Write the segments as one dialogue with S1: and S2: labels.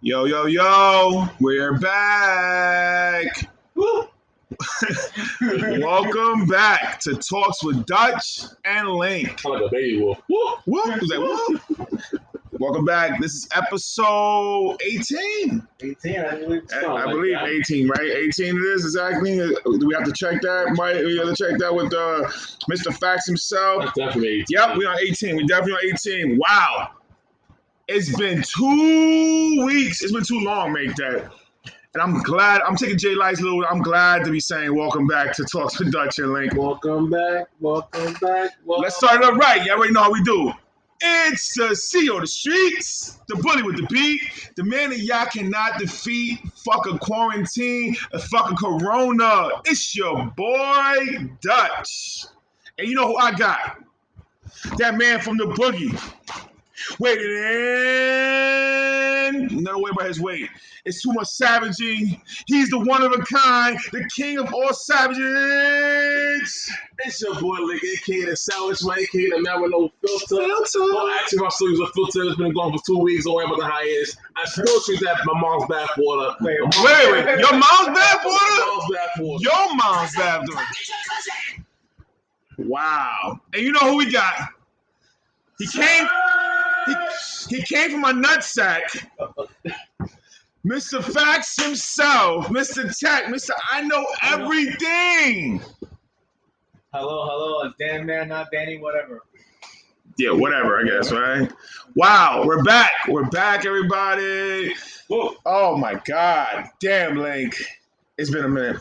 S1: Yo, yo, yo, we're back. Woo. Welcome back to Talks with Dutch and Link.
S2: I'm like a baby wolf. Woo!
S1: Woo, was that woo? Welcome back. This is episode 18.
S3: 18, I believe.
S1: I,
S2: Something
S1: I
S2: like
S1: believe
S2: that.
S1: 18, right? 18 it is exactly. Do we have to check that? Mike, we have to check that with uh, Mr. Facts himself.
S2: That's definitely 18.
S1: Yep, we on 18. We definitely on 18. Wow. It's been two weeks. It's been too long, make that. And I'm glad. I'm taking Jay Light's little. I'm glad to be saying welcome back to Talks with Dutch and Link.
S3: Welcome back, welcome back. Welcome
S1: Let's start it up right. You already know how we do. It's the CEO of the streets, the bully with the beat, the man that y'all cannot defeat. Fuck a quarantine, a fucking corona. It's your boy Dutch. And you know who I got? That man from the boogie. Waiting in. No way about his weight. It's too much savaging. He's the one of a kind, the king of all savages.
S2: It's your boy, Lick, aka the sandwich man, aka the man with no filter. Well,
S1: Filter.
S2: actually, my still use a filter that's been gone for two weeks or whatever the hiatus. I still treat that my mom's bathwater.
S3: Wait,
S2: My mom's
S1: Wait, wait, wait. Your mom's bad
S2: My
S1: water?
S2: mom's bathwater.
S1: Your mom's bad water. Wow. And you know who we got? He came he, he came from my nutsack. Mr. Facts himself, Mr. Tech, Mr. I know everything.
S3: Hello, hello, it's Dan Man, not Danny, whatever.
S1: Yeah, whatever, I guess, right? Wow, we're back. We're back, everybody.
S2: Whoa.
S1: Oh my god. Damn, Link. It's been a minute.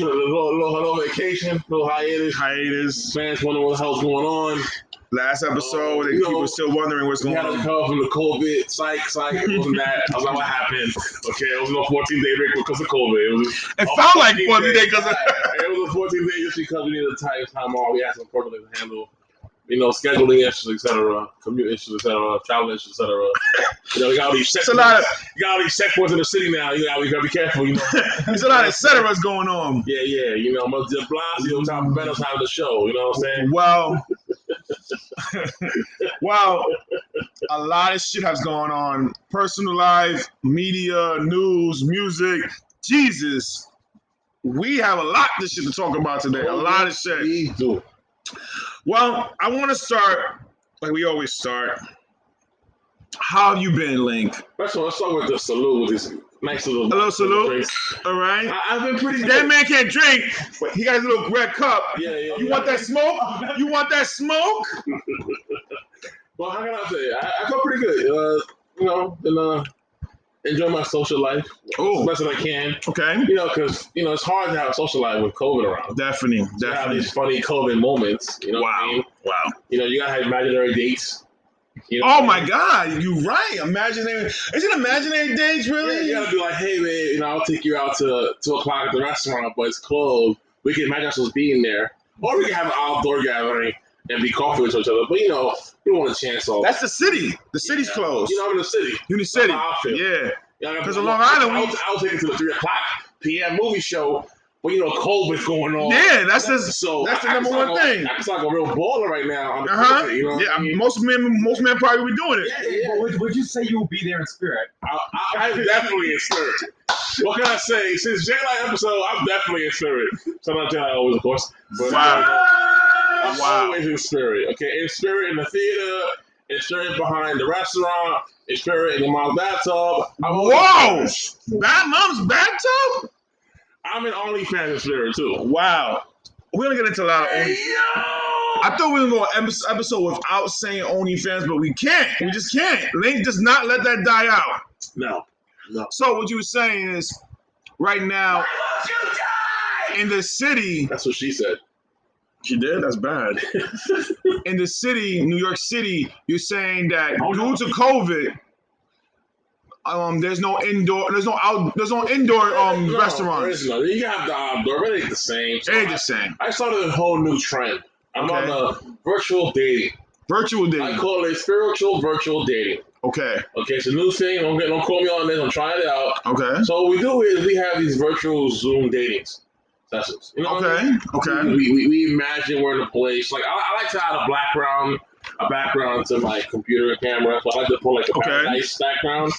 S2: Little, little, little vacation, little hiatus.
S1: Hiatus.
S2: Fans wondering what the hell's going on.
S1: Last episode,
S2: Oh,
S1: and people
S2: no.
S1: still wondering what's
S2: We
S1: going
S2: had a
S1: on.
S2: call from the COVID. Psych, psych. It wasn't that. I was like, what happened? Okay, it was no 14 day break because of COVID. It was
S1: It
S2: Oh,
S1: felt like
S2: 14
S1: one today because
S2: Right. it was a 14 day just because we needed a time time off. We had some problems to handle, you know, scheduling issues, etc., commute issues, etc., travel issues, etc. You know, we got all these
S1: it's a lot
S2: checkpoints.
S1: of
S2: You got all these checkpoints in the city now. You know, we gotta be careful. You know.
S1: it's a lot of etc's going on.
S2: Yeah, yeah. You know, Mother De Blasio, Tom Bennett's having the show. You know what I'm saying?
S1: Well, well, a lot of shit has gone on. Personal life, media, news, music. Jesus, we have a lot of shit to talk about today. A lot of shit.
S2: We do.
S1: Well, I want to start like we always start. How have you been, Link?
S2: First of all, let's start with the salute with this nice little.
S1: Hello, salute.
S2: drinks.
S1: All right.
S2: I, I've been pretty.
S1: That man can't drink, but he got his little red cup.
S2: Yeah, yeah.
S1: You want that smoke? You want that smoke?
S2: Well, how can I say? I, I feel pretty good. Uh, you know, been uh, enjoying my social life as
S1: Oh,
S2: best as I can.
S1: okay.
S2: You know, because you know it's hard to have a social life with COVID around.
S1: Definitely,
S2: You have
S1: definitely.
S2: these funny COVID moments. You know, what I
S1: Wow.
S2: mean?
S1: Wow.
S2: You know, you gotta have imaginary dates. You know
S1: Oh
S2: what I
S1: my
S2: mean?
S1: God, you're right. Imaginary. Is it imaginary dates
S2: Yeah,
S1: really?
S2: you gotta be like, hey man, you know, I'll take you out to two o'clock at the restaurant, but it's closed. We can imagine ourselves being there, or we can have an outdoor gathering and be coffee with each other. But you know, we don't want to chance all.
S1: That's the city. The city's
S2: Yeah.
S1: closed.
S2: You know, I'm in the city.
S1: Uni City.
S2: how I feel.
S1: Yeah.
S2: Yeah,
S1: 'Cause
S2: I-
S1: in Long
S2: I-
S1: Island,
S2: I
S1: we-
S2: was, I was taking to the three o'clock p.m. movie show, but you know, COVID's going on.
S1: Yeah, that's the
S2: so
S1: that's the
S2: I- I
S1: number one
S2: sound like a-
S1: thing.
S2: I sound like a real baller right now. On the
S1: Uh-huh.
S2: COVID, you know what
S1: Yeah,
S2: I mean?
S1: most men most men probably be doing it.
S2: yeah, yeah, yeah.
S3: Would, would you say you will be there in spirit?
S2: I, I, I'm definitely in spirit. What can I say? Since J Light episode, I'm definitely in spirit. So not J Light always, of course. But uh,
S1: Wow.
S2: I'm
S1: Wow.
S2: always in spirit. Okay, in spirit in the theater, in spirit behind the restaurant, in spirit in my bathtub. I'm always in
S1: Whoa!
S2: spirit.
S1: Bad mom's bathtub?
S2: I'm an OnlyFans in spirit too.
S1: Wow. We're gonna get into a lot of only.
S2: yo!
S1: I thought we were going to epi- episode without saying OnlyFans, but we can't. We just can't. Link does not let that die out.
S2: No.
S1: So what you were saying is, right now in the city,
S2: That's what she said.
S1: she did. That's bad. in the city, New York City, you're saying that
S2: Oh,
S1: due
S2: no.
S1: to COVID, um, there's no indoor, there's no out, there's no indoor um
S2: No, there
S1: restaurants.
S2: is no- You have the outdoor, but it ain't the same. So
S1: They
S2: I,
S1: just saying
S2: I started a whole new trend. I'm
S1: Okay.
S2: on a virtual dating.
S1: virtual
S2: I
S1: dating.
S2: call it spiritual virtual dating.
S1: Okay,
S2: Okay, it's a new thing. Don't, get, don't call me on this. I'm trying it out.
S1: okay,
S2: So what we do is we have these virtual Zoom datings sessions. You know what I mean?
S1: okay, okay.
S2: We, we, we imagine we're in a place like I, I like to add a background a background to my computer camera. So I like to put like a
S1: Okay.
S2: paradise background.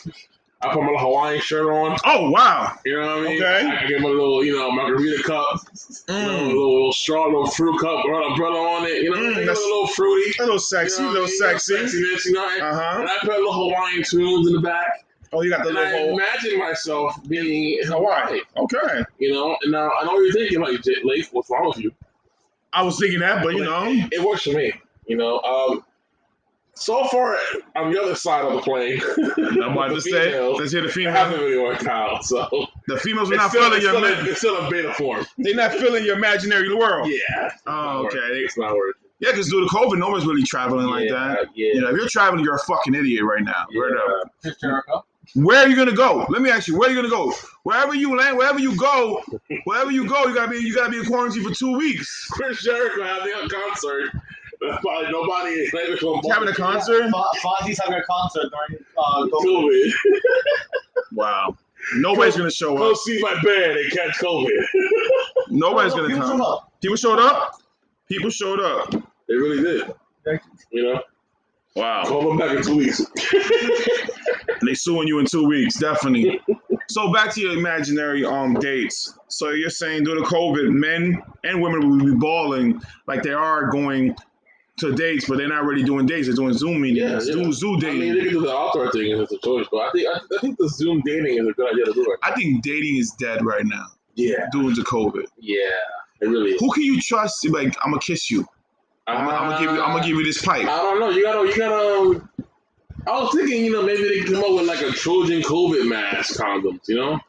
S2: I put my little Hawaiian shirt on.
S1: Oh wow.
S2: You know what I mean?
S1: Okay.
S2: I give him a little, you know, margarita cup, you know, a
S1: Mm.
S2: little, little straw, little fruit cup, or an umbrella on it. You know,
S1: Mm,
S2: what I mean?
S1: that's-
S2: a little fruity.
S1: A little sexy,
S2: you know
S1: a little
S2: what I mean?
S1: sexy.
S2: Sexiness, you know. And,
S1: Uh huh.
S2: and I put little Hawaiian tunes in the back.
S1: Oh, you got the
S2: And I
S1: little
S2: imagine myself being in Hawaii.
S1: Hawaii. Okay.
S2: You know, and now I know you're thinking like, "J- Leif, what's wrong with you?
S1: I was thinking that, but you know,
S2: It works for me. You know, um, so far on the other side of the plane,
S1: I'm about to
S2: the
S1: say,
S2: females
S1: let's hear the females.
S2: haven't really worked out. So
S1: The females are
S2: it's
S1: not
S2: still,
S1: feeling
S2: it's,
S1: your.
S2: still
S1: ima-
S2: a, it's still a beta form.
S1: They're not feeling your imaginary world.
S2: Yeah.
S1: Oh, okay.
S2: It's not working.
S1: Yeah, because due to COVID, no one's really traveling like
S2: yeah,
S3: Uh,
S1: that.
S2: Yeah.
S1: You know, if you're traveling, you're a fucking idiot right now. Word up.
S2: yeah.
S3: Just Jericho.
S1: Where are you gonna go? Let me ask you. Where are you gonna go? Wherever you land, wherever you go, wherever you go, you gotta be you gotta be in quarantine for two weeks.
S2: Chris Jericho having a concert. Probably nobody is like,
S1: You having a concert?
S3: Fo- Fozzie's having a concert during uh, COVID.
S2: COVID.
S1: Wow. Nobody's gonna show
S2: Go
S1: up.
S2: see my band and catch COVID.
S1: Nobody's
S3: No,
S1: gonna
S3: no, people
S1: come.
S3: show up.
S1: People showed up. People showed up.
S2: They really did. You know,
S1: Wow.
S2: call them back in two weeks.
S1: And they suing you in two weeks, definitely. so back to your imaginary um dates. So you're saying due to COVID, men and women will be balling like they are going to dates, but they're not really doing dates. They're doing Zoom meetings,
S2: Yeah, yeah.
S1: Zoo, Zoo
S2: I
S1: dating.
S2: mean, they can do the outdoor thing if it's a choice, but I think I, I think the Zoom dating is a good idea to do it.
S1: I think dating is dead right now
S2: Yeah,
S1: due to COVID.
S2: yeah, it really. Is.
S1: Who can you trust? to be Like I'm gonna kiss you. I'm, gonna- I'm gonna give you. I'm gonna give you this pipe.
S2: I don't know. You gotta. You gotta. Um, I was thinking, you know, maybe they come up with like a Trojan COVID mask condoms. You know,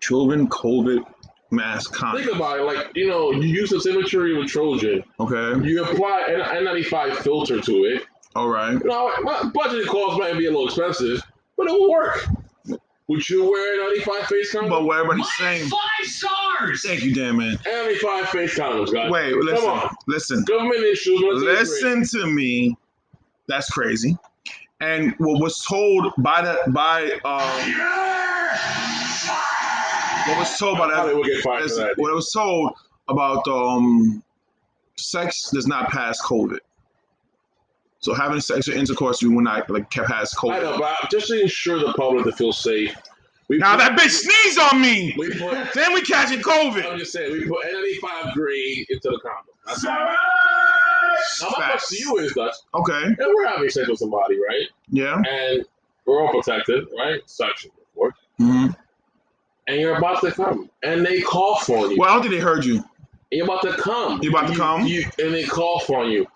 S1: Children, COVID, mask, condom.
S2: think about it. Like, you know, you use the symmetry with Trojan.
S1: Okay.
S2: You apply an N95 filter to it.
S1: All right.
S2: You know, my budget cost might be a little expensive, but it will work. Would you wear an N95 face condom?
S1: But what everybody's saying.
S3: Five stars.
S1: Thank you, damn man.
S2: N95 face condoms, guys.
S1: Wait.
S2: Come
S1: Listen.
S2: on.
S1: Listen.
S2: Government issues. let's get it.
S1: Listen to me. That's crazy. And what was told by the by um what was told by
S2: I probably
S1: that
S2: will get fired for
S1: listen,
S2: that.
S1: what was told about um sex does not pass COVID. So having sexual intercourse you will not like ca- pass
S2: I know,
S1: COVID.
S2: but just to ensure the public to feel safe. We
S1: Now
S2: put,
S1: that bitch sneezed on me.
S2: we put.
S1: Then we catching COVID.
S2: I'm just saying, we put N95 grade into the condom. That's how how my
S1: Facts.
S2: question to you is, Dutch.
S1: Okay.
S2: And we're having sex with somebody, right?
S1: Yeah.
S2: And we're all protected, right? Sexually, of course.
S1: Mhm.
S2: And you're about to come, and they cough on you.
S1: Well, I don't think they heard you.
S2: And you're about to come.
S1: You about to
S2: You-
S1: come?
S2: You, and they cough on you.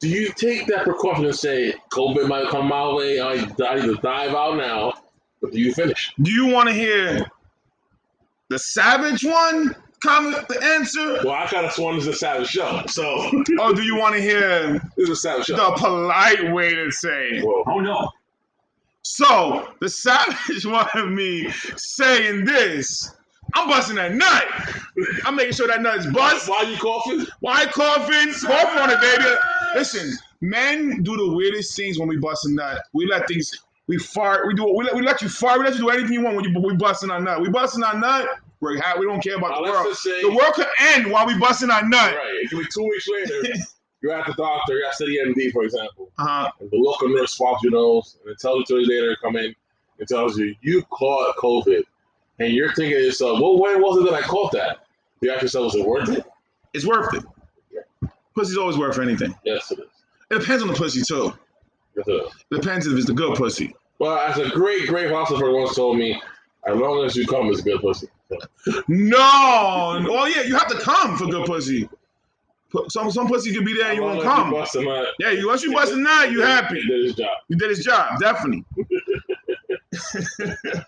S2: Do you take that precaution and say, COVID might come my way, I, I need to dive out now, but do you finish?
S1: Do you want to hear the savage one comment the answer,
S2: Well, I kind of sworn this is a savage show, so
S1: or do you want to hear
S2: this is a savage show.
S1: the polite way to say? it?
S2: Well,
S3: Oh no.
S1: So the savage one of me saying this, I'm busting that nut. I'm making sure that nut is bust.
S2: why are you coughing?
S1: Why coughing? Cough on it, baby. Listen, men do the weirdest things when we bust a nut. We let things. We fart. We do. We let, we let you fart. We let you do anything you want when you we busting our nut. We busting our nut. We're hot. We don't care about
S2: Now,
S1: the
S2: let's
S1: world.
S2: just say,
S1: The world could end while we busting our nut.
S2: right, it could be two weeks later, you're at the doctor, you're at City MD, for example,
S1: Uh-huh.
S2: and the local nurse swabs your nose, and it tells you two days later, come in, and tells you, you caught COVID. And you're thinking to yourself, well, when was it that I caught that? You ask yourself, was it worth it?
S1: It's worth it. Pussy's always worth anything.
S2: Yes, it is.
S1: It depends on the pussy too.
S2: Yes, it is.
S1: It depends if it's the good pussy.
S2: Well, as a great, great philosopher once told me, as long as you come, it's good pussy.
S1: No. Oh yeah, you have to come for good pussy. Pu- Some some pussy could be there and you won't come.
S2: Busting my,
S1: Yeah, you once you bust a nut, you happy.
S2: Did his job.
S1: You did his job, definitely.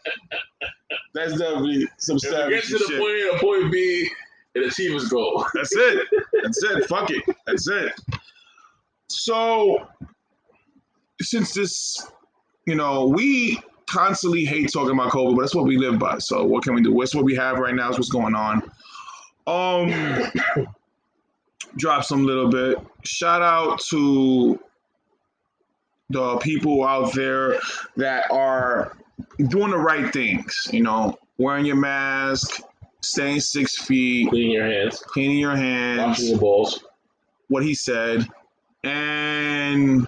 S1: That's definitely some
S2: If it
S1: savage
S2: gets to the
S1: shit.
S2: point A to point B, it achieves his goal.
S1: That's it. That's it. Fuck it. That's it. So, since this, you know, we constantly hate talking about COVID, but that's what we live by. So, what can we do? What's what we have right now? Is what's going on? Um, drop some little bit. Shout out to the people out there that are doing the right things. You know, wearing your mask, staying six feet
S2: Clean your hands,
S1: cleaning your
S2: washing
S1: hands,
S2: your balls.
S1: what he said. And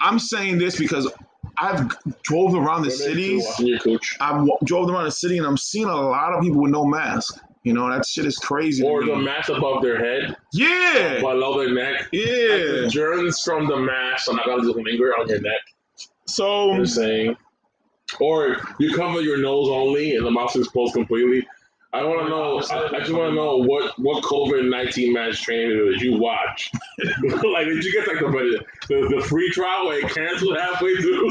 S1: I'm saying this because I've drove around the
S2: Maybe
S1: cities.
S2: Watching your coach.
S1: I've wa- drove around the city and I'm seeing a lot of people with no mask. You know that shit is crazy. to
S2: Or
S1: me.
S2: the mask above their head,
S1: yeah,
S2: below their neck.
S1: yeah.
S2: The germs from the mask are not going to linger on your neck. You know what
S1: So
S2: I'm saying. Or you cover your nose only and the mouth is closed completely. I want to know. I, I just want to know what what COVID nineteen match training did you watch? like, did you get like the the, the free trial where it canceled halfway through?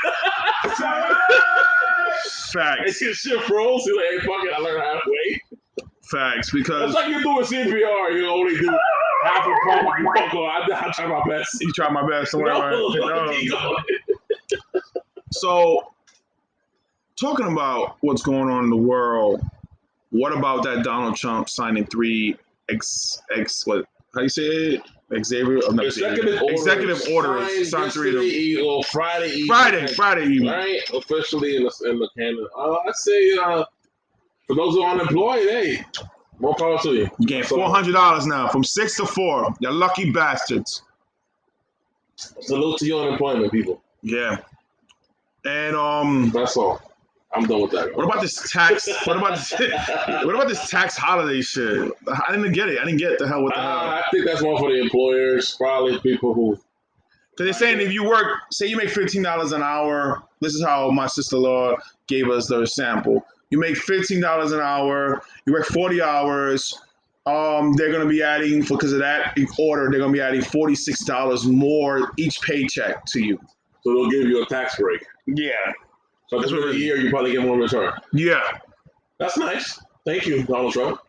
S2: and
S1: facts,
S2: your shit froze. You're like, hey, fuck it, I learned halfway.
S1: facts,
S2: It's
S1: because
S2: like you're doing CPR. You only do half a pump. You fuck off. I, I try my best.
S1: you tried my best. So,
S2: No,
S1: whatever. No.
S2: keep going.
S1: so talking about what's going on in the world, what about that Donald Trump signing three ex ex what how you say it? Xavier, oh, not Xavier.
S2: Executive order.
S1: executive order signed three of them.
S2: Or Friday evening.
S1: Friday, Friday evening.
S2: Right, officially in the in the Canada. Uh, I say uh, for those who are unemployed, hey, more power to you.
S1: You getting
S2: So-
S1: four hundred dollars now from six to four. You lucky bastards.
S2: Salute to your unemployment people.
S1: Yeah. And um,
S2: That's all. I'm done with that.
S1: what about this tax? What about this? What about this tax holiday shit? I didn't get it. I didn't get the hell what the hell.
S2: Uh, I think that's one for the employers, probably people who.
S1: Because they're saying if you work, say you make fifteen dollars an hour. This is how my sister-in-law gave us the sample. You make fifteen dollars an hour. You work forty hours. Um, they're gonna be adding because of that order. They're gonna be adding forty-six dollars more each paycheck to you.
S2: So they'll give you a tax break.
S1: Yeah,
S2: So this
S1: That's what
S2: a
S1: it is.
S2: year, you probably get more return.
S1: yeah.
S2: That's nice. Thank you, Donald Trump,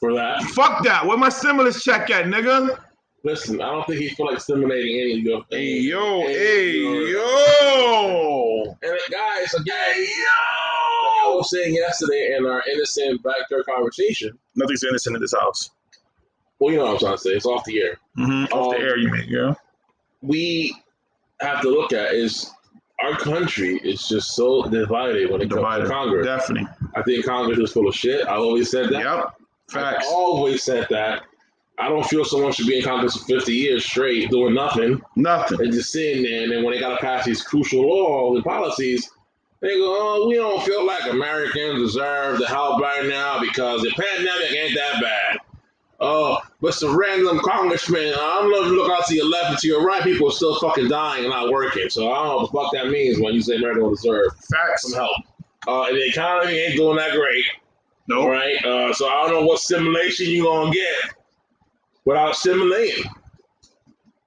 S2: for that.
S1: Fuck that. Where my stimulus check at, nigga?
S2: Listen, I don't think he feel like stimulating any of your.
S1: Hey yo,
S2: any of
S1: hey
S2: your-
S1: yo.
S2: And it, guys, again, like I was saying yesterday in our innocent backyard conversation,
S1: Nothing's innocent in this house.
S2: well, you know what I'm trying to say, it's off the air.
S1: Mm-hmm. Off the
S2: Um,
S1: air, you mean? Yeah.
S2: We have to look at is our country is just so divided when it
S1: Divided.
S2: comes to Congress.
S1: Definitely.
S2: I think Congress is full of shit. I always said that.
S1: Yep. Facts.
S2: I always said that. I don't feel someone should be in Congress for 50 years straight doing nothing
S1: Nothing.
S2: and just sitting there. And then when they got to pass these crucial laws and policies, they go, oh, we don't feel like Americans deserve the help right now because the pandemic ain't that bad. Oh, but some random congressman, uh, I'm going to look out to your left and to your right, people are still fucking dying and not working. So I don't know what the fuck that means when you say America don't deserve
S1: Facts.
S2: some help. Uh, and the economy ain't doing that great.
S1: Nope.
S2: All right. Uh, so I don't know what simulation you gonna get without simulating.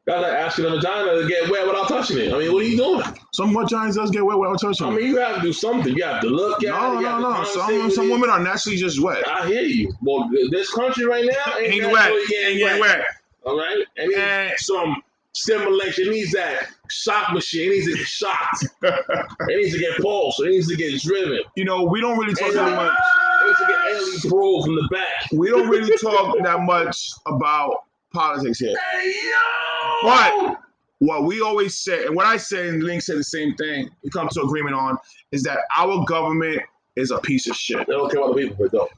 S2: That's like asking a vagina to get wet without touching it. I mean, what are you doing?
S1: Some vaginas does get wet without touching.
S2: I
S1: them.
S2: mean, you have to do something. You have to look at it.
S1: no,
S2: You have
S1: no,
S2: to
S1: no.
S2: conversate
S1: Some
S2: with
S1: some
S2: it.
S1: women are naturally just wet.
S2: I hear you. Well, th- this country right now ain't,
S1: Ain't
S2: that
S1: wet.
S2: really getting
S1: Ain't getting wet.
S2: All right. And it
S1: Eh.
S2: needs some stimulation. It needs that shock machine. It needs to get shocked. it needs to get pulsed. It needs to get driven.
S1: You know, we don't really talk
S2: Ain't
S1: that
S2: like-
S1: much.
S2: It needs to get alien pulled from the back.
S1: We don't really talk that much about politics here.
S2: Hey, yo!
S1: But what we always say, and what I say, and Link said the same thing. We come to agreement on is that our government is a piece of shit.
S2: They don't care about the people, but don't.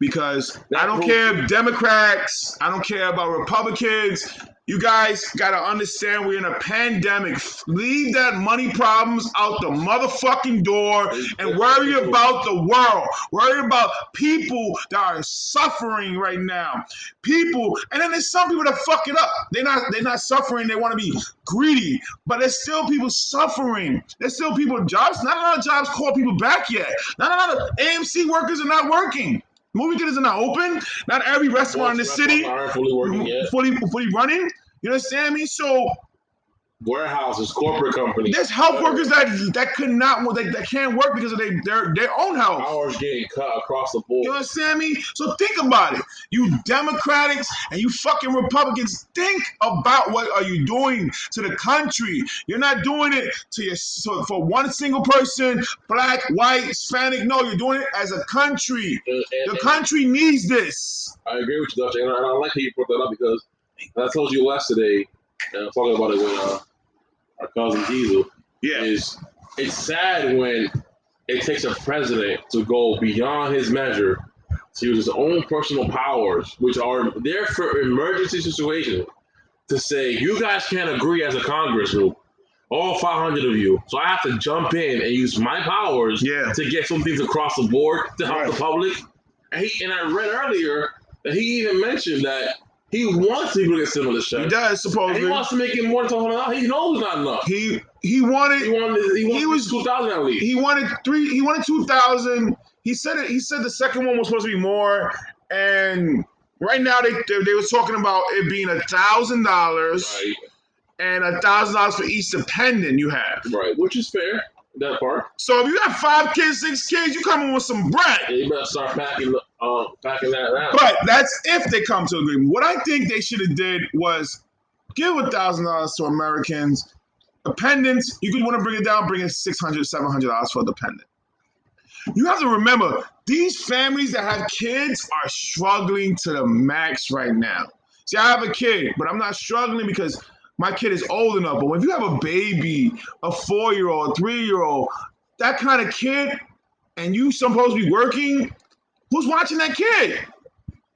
S1: because
S2: That
S1: I don't
S2: rule-
S1: care if Democrats, I don't care about Republicans. You guys gotta understand we're in a pandemic. Leave that money problems out the motherfucking door and worry about the world. Worry about people that are suffering right now. People, and then there's some people that fuck it up. They're not they're not suffering. They want to be greedy, but there's still people suffering. There's still people jobs. Not a lot of jobs call people back yet. Not a lot of AMC workers are not working. Movie theaters are not open. Not every restaurant in the city
S2: Aren't fully working yet.
S1: fully fully running. You understand me? So
S2: Warehouses, corporate companies.
S1: there's health workers that that could not that, that can't work because of they, their their own health.
S2: Hours getting cut across the
S1: You
S2: board.
S1: understand me? So think about it. You Democrats and you fucking Republicans, think about what are you doing to the country. You're not doing it to your so for one single person, black, white, Hispanic. No, you're doing it as a country.
S2: And, and-
S1: The
S2: and
S1: country needs this.
S2: I agree with you, Dutch, and I, and I like how you brought that up because and I told you yesterday, and I was talking about it with uh, our cousin Diesel, is it's sad when it takes a president to go beyond his measure to use his own personal powers, which are there for emergency situations, to say you guys can't agree as a Congress group all 500 of you. So I have to jump in and use my powers
S1: Yeah.
S2: to get some things across the board to help
S1: Right.
S2: the public. And, he, and I read earlier that he even mentioned that he wants people to get similar
S1: He
S2: shit.
S1: does
S2: And he
S1: supposedly.
S2: wants to make it more than 100. He knows it's not enough.
S1: He he
S2: He
S1: wanted
S2: wanted, he wanted
S1: He was-
S2: 2,000 at least.
S1: he wanted three. He wanted two thousand. He said it. He said the second one was supposed to be more. And right now they they, they were talking about it being a thousand dollars
S2: Right,
S1: and a thousand dollars for each dependent you have.
S2: right. Which is fair, that part.
S1: So if you got five kids, six kids, you coming with some bread.
S2: Yeah, you better start packing, uh, packing that out.
S1: But that's if they come to agreement. What I think they should have did was give a thousand dollars to Americans. Dependents, you could want to bring it down, bring in six hundred, seven hundred dollars for a dependent. You have to remember, these families that have kids are struggling to the max right now. See, I have a kid, but I'm not struggling because my kid is old enough. But if you have a baby, a four year old, three year old, that kind of kid, and you supposed to be working, who's watching that kid?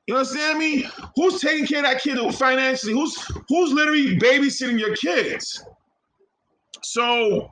S1: You understand me? Who's taking care of that kid financially? Who's who's literally babysitting your kids? So,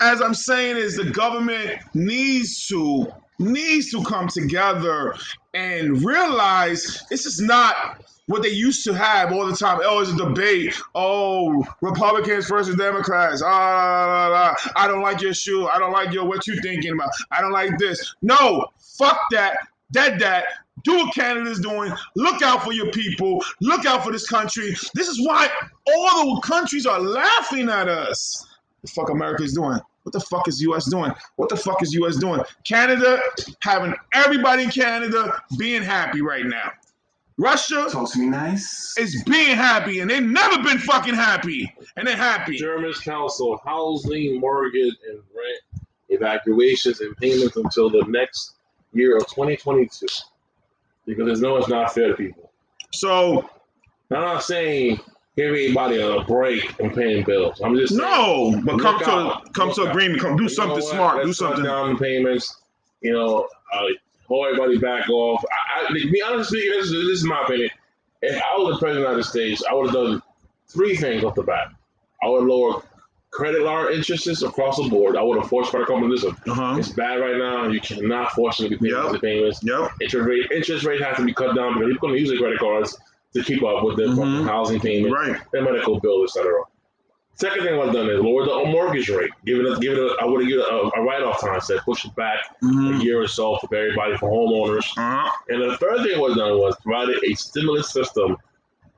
S1: as I'm saying, is the government needs to needs to come together and realize this is not what they used to have all the time. Oh, it's a debate. Oh, Republicans versus Democrats. Ah, la, la, la. I don't like your shoe. I don't like your what you thinking about. I don't like this. No, fuck that. Dead that. Do what Canada's doing. Look out for your people. Look out for this country. This is why all the countries are laughing at us. The fuck America's doing? What the fuck is US doing? What the fuck is US doing? Canada having everybody in Canada being happy right now. Russia
S4: Talk to me nice.
S1: is being happy and they've never been fucking happy. And they're happy.
S2: German's council housing, mortgage, and rent evacuations and payments until the next year of 2022. Because there's no, it's not fair to people.
S1: So
S2: Now, I'm not saying give everybody a break and paying bills. I'm just saying,
S1: no, but come
S2: Look
S1: to
S2: out.
S1: come
S2: Look
S1: to
S2: out.
S1: agreement. Come do
S2: you know
S1: something
S2: what?
S1: smart.
S2: Let's
S1: Do
S2: cut
S1: something.
S2: down the payments. You know, uh, hold everybody back off. I, I, to be honest with you, this, is- this is my opinion. If I was the president of the United States, I would have done three things off the bat. I would lower credit line interests across the board. I would have forced credit companies. Listen,
S1: Uh-huh.
S2: it's bad right now. You cannot force them to pay
S1: Yep.
S2: the payments.
S1: Yep.
S2: Interest rate, interest rate has to be cut down because people going to use their credit cards to keep up with their fucking
S1: Mhm.
S2: housing payments
S1: Right.
S2: their medical bill, etc. Second thing I've done is lower the mortgage rate. Give it, a, give it. A, I would have given a, a write-off concept, push it back
S1: Mhm.
S2: a year or so for everybody for homeowners.
S1: Uh-huh.
S2: And the third thing was done was provided a stimulus system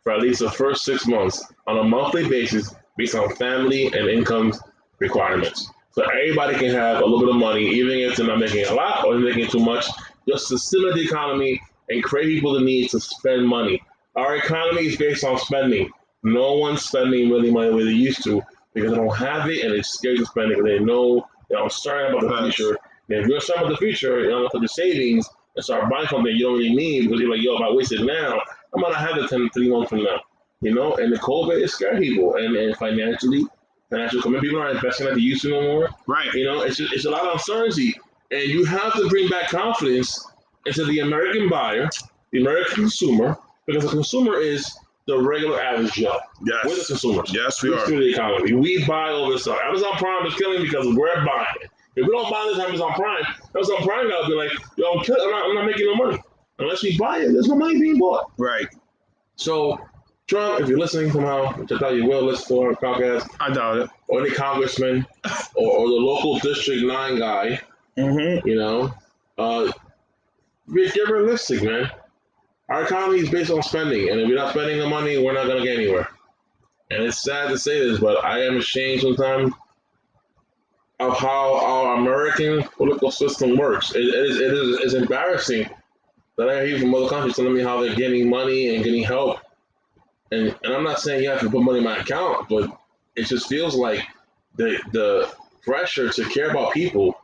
S2: for at least the first six months on a monthly basis based on family and income requirements. So everybody can have a little bit of money, even if they're not making a lot or they're making too much, just to stimulate the economy and create people the need to spend money. Our economy is based on spending. No one's spending really money where they used to because they don't have it and they're scared to spend it because they know they're uncertain about the
S1: Facts.
S2: future. And if you're uncertain about the future, you don't look at your savings and start buying something you don't really need because you're like, yo, if I waste it now, I'm gonna have it 10, three months from now. You know, and the COVID is scared people and, and financially, financial commitment people aren't investing like they used to no more.
S1: Right.
S2: You know, it's just, it's a lot of uncertainty, and you have to bring back confidence into the American buyer, the American consumer, because the consumer is the regular average Joe. We're the
S1: Yes.
S2: consumers.
S1: Yes, we
S2: We
S1: are.
S2: screw the economy. We buy all this stuff. Amazon Prime is killing because we're buying it. If we don't buy this Amazon Prime, Amazon Prime guys be like, yo, I'm, kill- I'm, not, I'm not making no money. Unless we buy it, there's no money being bought.
S1: Right.
S2: So, Trump, if you're listening somehow, which I thought you will listen to our podcast,
S1: I doubt it.
S2: or any congressman, or, or the local District 9 guy,
S1: Mm-hmm.
S2: you know, uh, be get realistic, man. Our economy is based on spending, and if you're not spending the money, we're not gonna get anywhere. And it's sad to say this, but I am ashamed sometimes of how our American political system works. It, it is it is it's embarrassing that I hear from other countries telling me how they're getting money and getting help. And and I'm not saying you have to put money in my account, but it just feels like the the pressure to care about people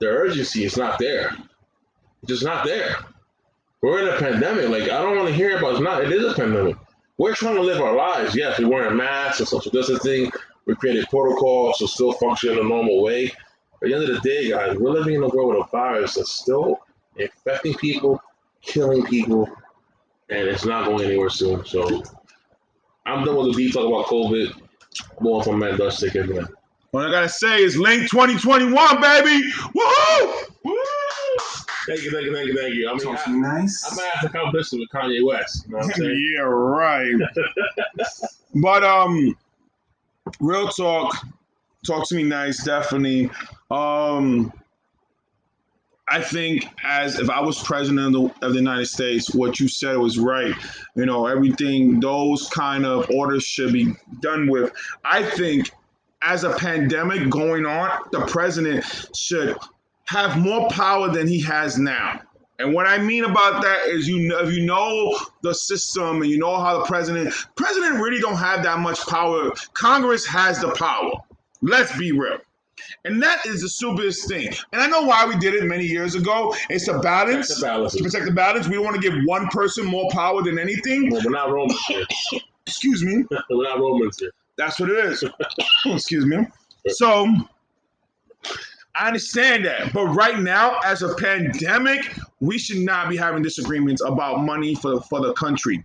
S2: the urgency is not there. It's just not there. We're in a pandemic. Like I don't want to hear about it's not. It is a pandemic. We're trying to live our lives. Yes, we're wearing masks and social distancing. We created protocols to still function in a normal way. But at the end of the day, guys, we're living in a world with a virus that's still infecting people, killing people, and it's not going anywhere soon. So I'm done with the deep talk about COVID. More from that Dutch ticket, man.
S1: What I gotta say is Link 2021, baby! Woohoo! Woo!
S2: Thank you, thank you, thank you, thank you. I mean, I, I
S4: nice.
S2: might have to competition with Kanye West. You know what I'm saying?
S1: yeah, right. but um, real talk, talk to me nice, Stephanie. Um, I think as if I was president of the, of the United States, what you said was right. You know, everything those kind of orders should be done with. I think as a pandemic going on, the president should have more power than he has now. And what I mean about that is, you know, if you know the system and you know how the president, president really don't have that much power. Congress has the power. Let's be real. And that is the stupidest thing. And I know why we did it many years ago. It's a
S2: Check
S1: balance
S2: the balances.
S1: to protect the balance. We don't want to give one person more power than anything.
S2: Well, we're not Romans here.
S1: Excuse me.
S2: We're not Romans here.
S1: That's what it is. Excuse me. So I understand that. But right now, as a pandemic, we should not be having disagreements about money for, for the country.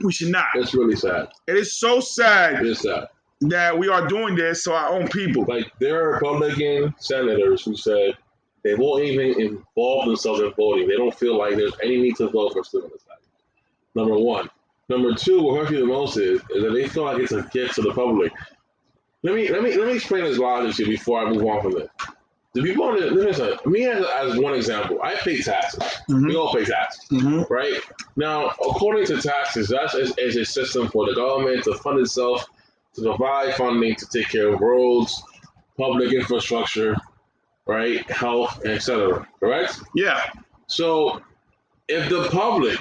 S1: We should not.
S2: It's really sad.
S1: It is so sad
S2: It's sad.
S1: that we are doing this to our own people.
S2: Like there are Republican senators who said they won't even involve themselves in voting. They don't feel like there's any need to vote for stimulus. package. Number one. Number two, what hurts me the most is, is that they feel like it's a gift to the public. Let me let me let me explain this logic to you before I move on from this. The people on the listen, me as, as one example, I pay taxes.
S1: Mhm.
S2: We all pay taxes.
S1: hmm
S2: right? Now, according to taxes, that is, is a system for the government to fund itself, to provide funding to take care of roads, public infrastructure, right, health, etc. Correct.
S1: Yeah.
S2: So, if the public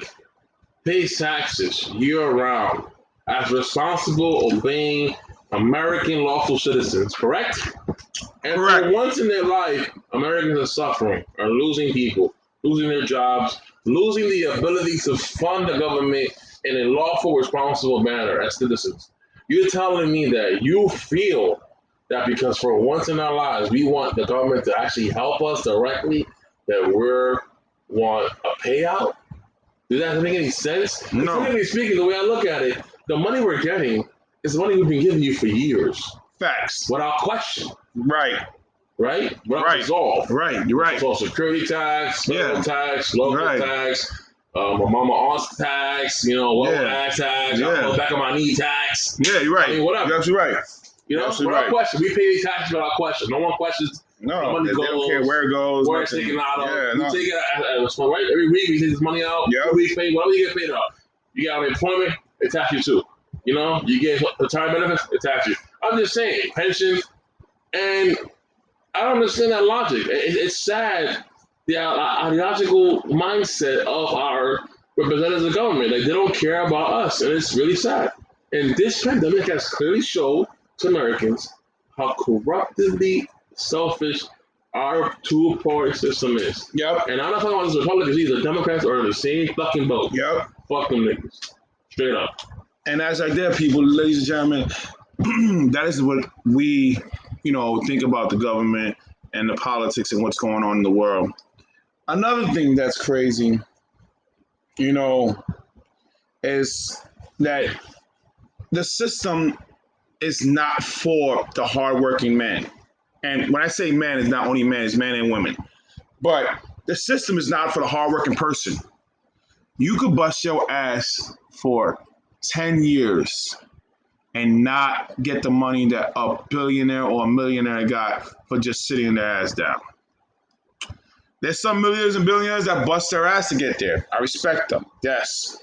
S2: pays taxes year round as responsible, obeying American lawful citizens, correct? And
S1: Correct.
S2: for once in their life, Americans are suffering, are losing people, losing their jobs, losing the ability to fund the government in a lawful, responsible manner as citizens. You're telling me that you feel that because for once in our lives, we want the government to actually help us directly, that we're want a payout? Does that make any sense?
S1: No.
S2: Specifically speaking, the way I look at it, the money we're getting is money we've been giving you for years
S1: Facts.
S2: without question,
S1: Right.
S2: right? Without
S1: Right.
S2: resolve.
S1: Right. You're right.
S2: Social security tax, federal
S1: Yeah.
S2: tax, local
S1: Right.
S2: tax, uh, my mama aunt's tax, you know, welfare
S1: Yeah.
S2: tax,
S1: Yeah.
S2: I'm on the back of my knee tax.
S1: Yeah, you're right.
S2: I mean, what up?
S1: You're absolutely right.
S2: You know,
S1: Absolutely
S2: without
S1: right.
S2: question. We pay these taxes without question. No one questions
S1: No,
S2: Money
S1: they don't
S2: goes-
S1: care where it goes.
S2: where it's
S1: nothing.
S2: taken out of.
S1: Yeah,
S2: you
S1: no.
S2: take it out, out- out- so, right? Every week you take this money out.
S1: Yeah.
S2: Every week pay whatever you get paid out. You got unemployment, they tax you too. You know, you get retirement benefits, they tax you. I'm just saying, pensions, and I don't understand that logic. It- it- it's sad the i- ideological mindset of our representatives of government. Like they don't care about us, and it's really sad. And this pandemic has clearly showed to Americans how corruptively selfish our two-party system is.
S1: Yep.
S2: And I'm not talking about the Republicans either. Democrats are in the same fucking boat.
S1: Yep.
S2: Fuck them niggas. Straight up.
S1: And as I did, people, ladies and gentlemen, that is what we, you know, think about the government and the politics and what's going on in the world. Another thing that's crazy, you know, is that the system is not for the hardworking man. And when I say man, it's not only men, it's men and women. But the system is not for the hardworking person. You could bust your ass for 10 years and not get the money that a billionaire or a millionaire got for just sitting their ass down. There's some millionaires and billionaires that bust their ass to get there. I respect them. Yes.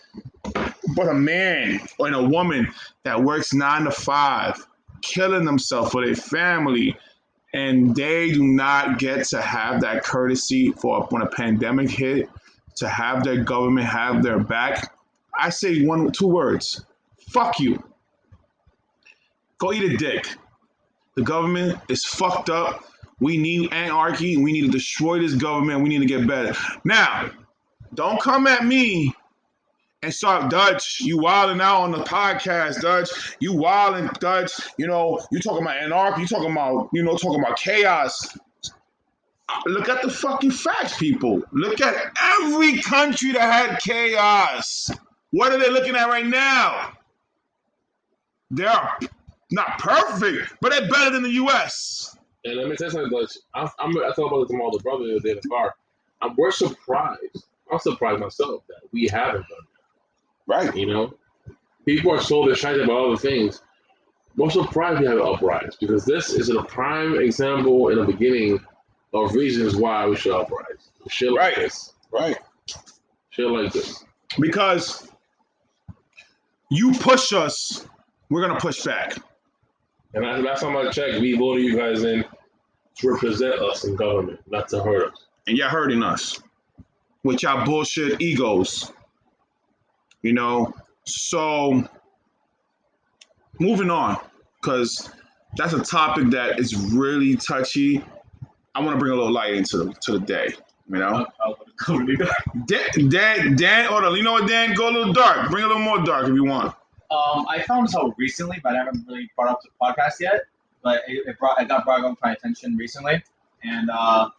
S1: But a man or a woman that works nine to five, killing themselves for their family, and they do not get to have that courtesy for when a pandemic hit, to have their government have their back, I say one two words. Fuck you. Go eat a dick. The government is fucked up. We need anarchy. We need to destroy this government. We need to get better. Now, don't come at me and start Dutch. You wilding out on the podcast, Dutch. You wilding Dutch. You know, you talking about anarchy. You talking about, you know, talking about chaos. Look at the fucking facts, people. Look at every country that had chaos. What are they looking at right now? They're not perfect, but they're better than the U.S.
S2: And let me tell you something, Dutch. I, I'm, I talked about this to my older brother the other day in the bar. I'm, we're surprised. I'm surprised myself that we haven't done
S1: Right.
S2: that, you know? People are so distracted by other things. We're surprised we haven't uprised because this is a prime example in the beginning of reasons why we should uprise. Shit like
S1: Right.
S2: this.
S1: Right.
S2: Shit like this.
S1: Because you push us, we're gonna push back.
S2: And I, last time I checked, we voted you guys in to represent us in government, not to hurt us.
S1: and y'all hurting us with y'all bullshit egos. You know, so moving on, because that's a topic that is really touchy. I want to bring a little light into to the day. You
S3: Oh,
S1: know, Dan, Dan, Dan, hold on. You know what, Dan? Go a little dark. Bring a little more dark if you want.
S3: Um, I found this out recently, but I haven't really brought up to the podcast yet. But it, it brought it got brought up to my attention recently, and uh,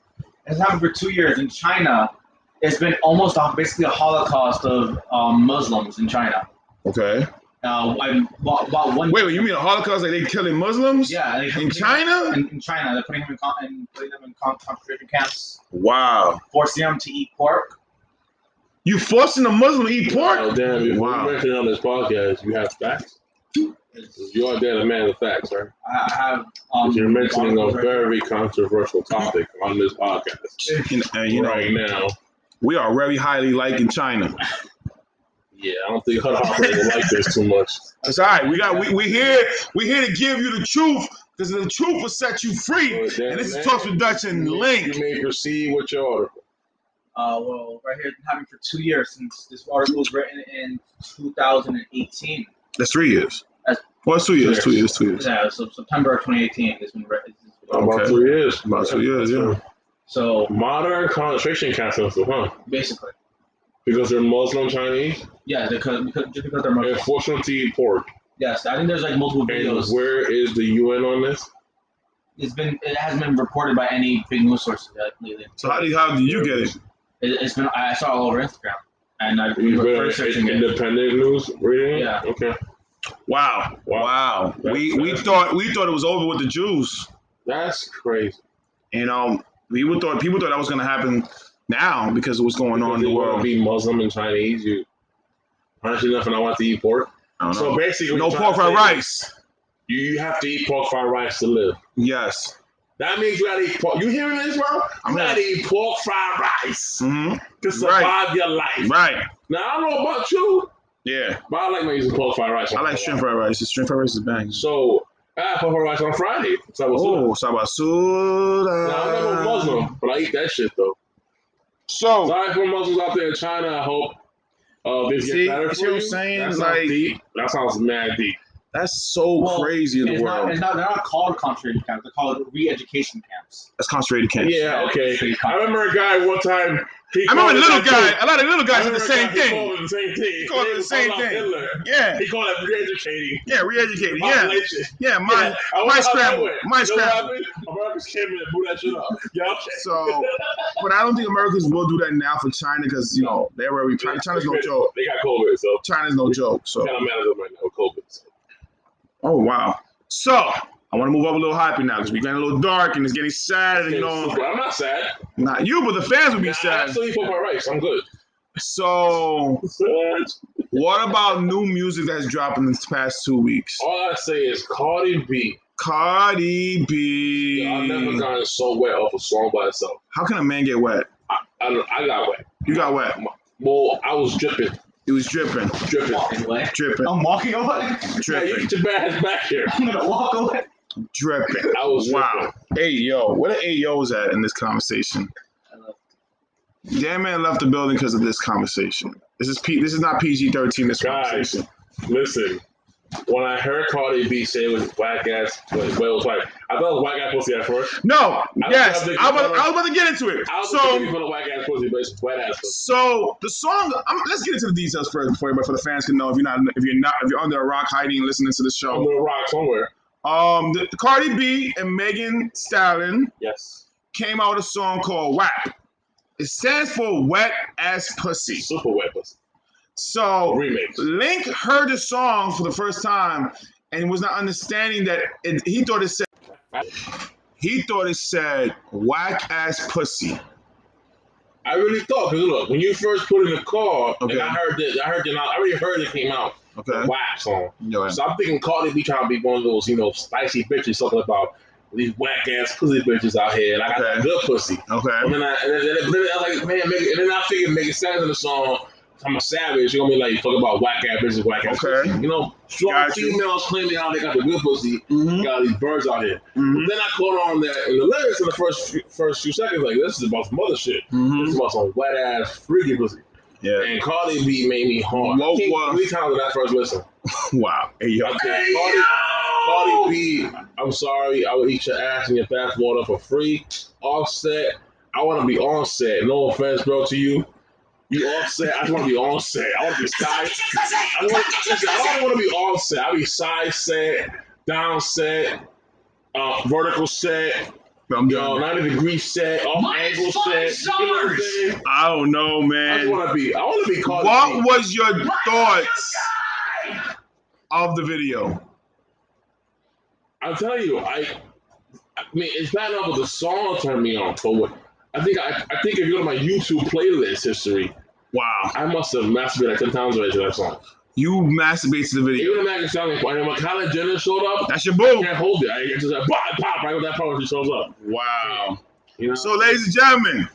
S3: it's happened for two years in China. It's been almost a, basically a holocaust of um, Muslims in China.
S1: Okay.
S3: Uh, I'm- about, about one.
S1: Wait, wait. You mean the Holocaust? Like they killing Muslims?
S3: Yeah, like-
S1: In China?
S3: In, in China, they're putting them in, con- in putting them in con- concentration camps,
S1: Wow.
S3: forcing them to eat pork.
S1: You forcing a Muslim to eat pork?
S2: Oh, damn, you
S1: Wow.
S2: wow. mentioned on this podcast, you have facts. You are damn a man of facts, right?
S3: I I have. Um,
S2: You're mentioning a
S3: articles right-
S2: very controversial topic on this podcast
S1: And, and, you know,
S2: right now.
S1: we are very highly liked in China.
S2: Yeah, I don't think Hut Hopper will like this too much.
S1: It's all right. We got we we here we here to give you the truth because the truth will set you free.
S2: But damn
S1: And this is
S2: man,
S1: Talks with Dutch and
S2: you may-
S1: Link.
S2: You may proceed with your article.
S3: Uh, well, right here, it's been happening for two years since this article was written in 2018.
S1: That's three years.
S3: That's-
S1: Well, it's two years. Two years. Two years.
S3: Yeah, uh, so September of 2018. It's been written.
S2: About
S1: Okay.
S2: three years.
S1: About two years. Yeah.
S3: So
S2: Modern concentration camps, also, huh?
S3: basically,
S2: Because they're Muslim Chinese
S3: yeah, because, because just because they're Muslim.
S2: and forced them to eat pork.
S3: Yes, I think there's like multiple
S2: And
S3: videos.
S2: where is the UN on this?
S3: It's been it hasn't been reported by any big news source uh, lately.
S1: So how do you, how do you get it?
S3: It, it's been I saw it all over Instagram, and I we
S2: You
S3: were
S2: better
S3: researching it.
S2: independent news reading?
S3: Yeah.
S2: Okay.
S1: Wow. Wow. We we thought we thought it was over with the Jews.
S2: That's crazy.
S1: You know, um, people thought people thought that was gonna happen now because of what's going on in the
S2: You wanna
S1: world.
S2: Be Muslim and Chinese. You honestly nothing. I want to eat pork.
S1: I don't
S2: So
S1: know.
S2: basically,
S1: No
S2: you're
S1: pork
S2: trying
S1: fried
S2: to say
S1: rice.
S2: You, you have to eat pork fried rice to live.
S1: Yes.
S2: That means you gotta eat pork. You hearing this, bro?
S1: I'm
S2: You gotta eat pork fried rice
S1: hmm
S2: to survive your life.
S1: Right.
S2: Now I don't know about you,
S1: Yeah.
S2: but I like me using pork fried rice.
S1: I like shrimp fried rice. The shrimp fried rice is bang.
S2: So I had pork fried rice on Friday. So I was
S1: Oh,
S2: now, I'm not
S1: Sabasuda.
S2: a Muslim, but I eat that shit though.
S1: So
S2: Sorry for Muslims out there in China. I hope uh, this
S1: See,
S2: gets better
S1: see
S2: for
S1: what
S2: you.
S1: I'm saying?
S2: That sounds
S1: Like-
S2: deep. That sounds mad deep.
S1: That's so
S3: Well,
S1: crazy in the
S3: It's not,
S1: world.
S3: it's not, they're not called concentration camps. They're called re-education camps.
S1: That's concentrated camp.
S2: Yeah, okay. I remember a guy one time. He
S1: I remember
S2: called it
S1: little
S2: that,
S1: guy. A
S2: too.
S1: lot of little guys
S2: I
S1: did the
S2: remember a
S1: same
S2: guy, He
S1: thing.
S2: called it the same thing. He
S1: called it the same thing.
S2: Hitler.
S1: Yeah,
S2: He called it re-educating.
S1: yeah, re-educated. Yeah,
S2: Population.
S1: yeah, my.
S2: I wonder how that
S1: scramble.
S2: went.
S1: My
S2: you know what
S1: scramble.
S2: happened? Americans came in and blew that shit up. Yup.
S1: So, but I don't think Americans will do that now for China because you know they're very China, China's no joke.
S2: They got COVID, so
S1: China's no joke. So,
S2: kind of mad at them right now with COVID. So.
S1: oh wow. So I want to move up a little happy now because we're getting a little dark and it's getting sad. And you know,
S2: I'm not sad.
S1: not you, but the fans would
S2: Nah,
S1: be
S2: I
S1: sad.
S2: still eat pork fried rice. I'm good.
S1: So,
S2: Sad.
S1: what about new music that's dropping this past two weeks?
S2: All I say is Cardi B.
S1: Cardi B.
S2: I've never gotten so wet off a song by itself.
S1: How can a man get wet?
S2: I, I, don't- I got wet.
S1: You got wet.
S2: Well, I was dripping,
S1: It was dripping,
S2: dripping.
S3: Walking away.
S1: dripping,
S3: I'm walking away.
S2: Man, Oh, you
S1: dripping,
S2: get your bad ass back here.
S3: I'm gonna walk away.
S1: dripping.
S2: I was
S1: Wow. Hey yo, where the AOs at in this conversation? Damn man left the building because of this conversation. This is P- this is not PG thirteen. This
S2: Guys.
S1: conversation.
S2: dripping. Listen, when I heard Cardi B say it was whack ass, well, it was like I thought it was whack ass pussy at first.
S1: No.
S2: I was
S1: Yes.
S2: about to-
S1: I was, I was about to get into it.
S2: I was
S1: So
S2: so, for the whack ass pussy, but it's wet ass pussy.
S1: so the song. I'm, let's get into the details first before you, but for the fans can know if you're not if you're not if you're under a rock hiding and listening to the
S2: I'm
S1: show.
S2: gonna rock somewhere.
S1: Um, the, Cardi B and Megan Stallion
S2: Yes,
S1: came out with a song called WAP. It stands for Wet Ass Pussy.
S2: super wet pussy
S1: So
S2: remix.
S1: Link heard the song for the first time and was not understanding that it, he thought it said he thought it said whack ass pussy.
S2: I really thought because look, when you first put in the car,
S1: Okay.
S2: and I heard this, I heard it. I already heard it came out.
S1: Okay.
S2: Whack song.
S1: Yo,
S2: So I'm thinking Cardi B trying to be one of those, you know, spicy bitches talking about these whack ass pussy bitches out here, and I got
S1: Okay.
S2: good pussy. And
S1: okay.
S2: then I, and then, and then, then I was like, man, make it, and then I figured make it sense in the song. I'm a savage. You're gonna be like, talking about whack ass bitches, whack ass.
S1: Okay.
S2: You know, strong
S1: Got you.
S2: females claiming out they got the good pussy.
S1: Mm-hmm.
S2: Got these birds out here.
S1: Mm-hmm.
S2: Then I caught on that in the lyrics in the first few, first few seconds, like this is about some other shit. This
S1: Mm-hmm.
S2: is about some wet ass freaky pussy.
S1: Yeah.
S2: And Cardi B made me hard.
S1: Woke
S2: Three-
S1: up.
S2: Three times when I first listened.
S1: Wow. Hey, yo.
S2: I said, Cardi, Cardi B, I'm sorry, I would eat your ass in your bath water for free. Offset, I want to be on set. No offense, bro, to you. You offset, I just want to be on set. I want to be side. I, wanna, listen, I don't want to be on set. I be side set, down set, uh, vertical set,
S1: I'm
S2: yo,
S1: done.
S2: 90 degree set, off angle set. You know what I'm saying?
S1: I don't know,
S2: I
S1: man.
S2: just want to be. I want to be Cardi B.
S1: What was your thoughts of the video?
S2: I'll tell you, I, I mean, it's bad enough that the song turned me on, but what, I think I, I think if you go to my YouTube playlist history,
S1: Wow.
S2: I must have masturbated ten times already to that song.
S1: You masturbate to the video.
S2: Even if Maggie Stallion, when when Kylie Jenner showed up,
S1: That's your
S2: I
S1: boo.
S2: can't hold it. I it's just like pop, pop right with that part when she shows up.
S1: Wow.
S2: You know,
S1: So, ladies and gentlemen,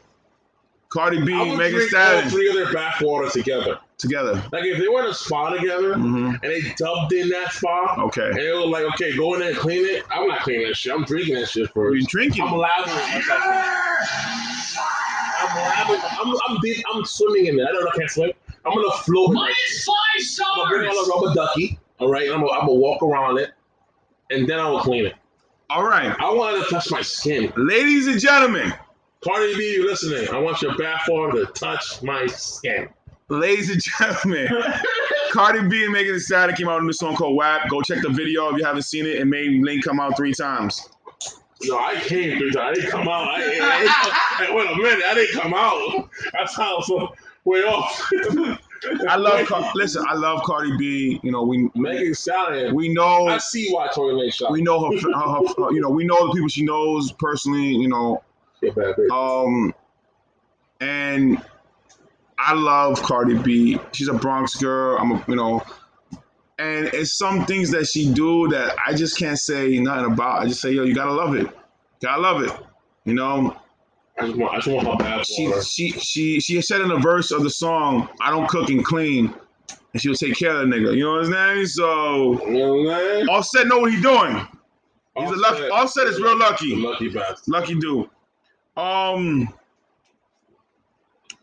S1: Cardi B,
S2: I would
S1: Megan
S2: drink all
S1: Stallion
S2: three of their backwater together.
S1: together.
S2: Like if they were in a spa together and
S1: hmm
S2: they dubbed in that spa,
S1: Okay.
S2: and they were like, okay, go in there and clean it. I'm not cleaning that shit. I'm drinking that shit
S1: What are
S2: first.
S1: you drinking?
S2: I'm lathering myself. I'm lathering. I'm, I'm, deep, I'm swimming in there. I don't know if I can't swim. I'm gonna float. in there.
S4: five
S2: I'm gonna bring out a rubber ducky. All right, and I'm gonna, I'm gonna walk around it, and then I'm gonna clean it.
S1: All right.
S2: I want it to touch my skin.
S1: Ladies and gentlemen,
S2: Cardi B, you listening? I want your bathwater to touch my skin.
S1: ladies and gentlemen, Cardi B and Megan Thee Stallion came out with a new song called WAP. Go check the video if you haven't seen it. It made Link come out three times.
S2: No, I came through that. I didn't come out. I, I, I, wait a minute, I didn't come out. I sound so way off.
S1: I love, Car- listen, I love Cardi B. You know, we
S2: Megan Stallion.
S1: we know
S2: I see why Tory Lane shot.
S1: we know her, her, her- you know we know the people she knows personally you know
S2: Yeah, bad bitch.
S1: um and i love cardi b she's a bronx girl i'm a you know and it's some things that she do that i just can't say nothing about i just say yo you gotta love it gotta love it you know
S2: I just want, I just want her bathwater.
S1: she she she she said in the verse of the song i don't cook and clean and she'll take care of the nigga you know what i'm saying so
S2: You know what I'm saying?
S1: offset know what he doing Oh, he's a lucky offset is real lucky
S2: Lucky bastard.
S1: Lucky dude. Um,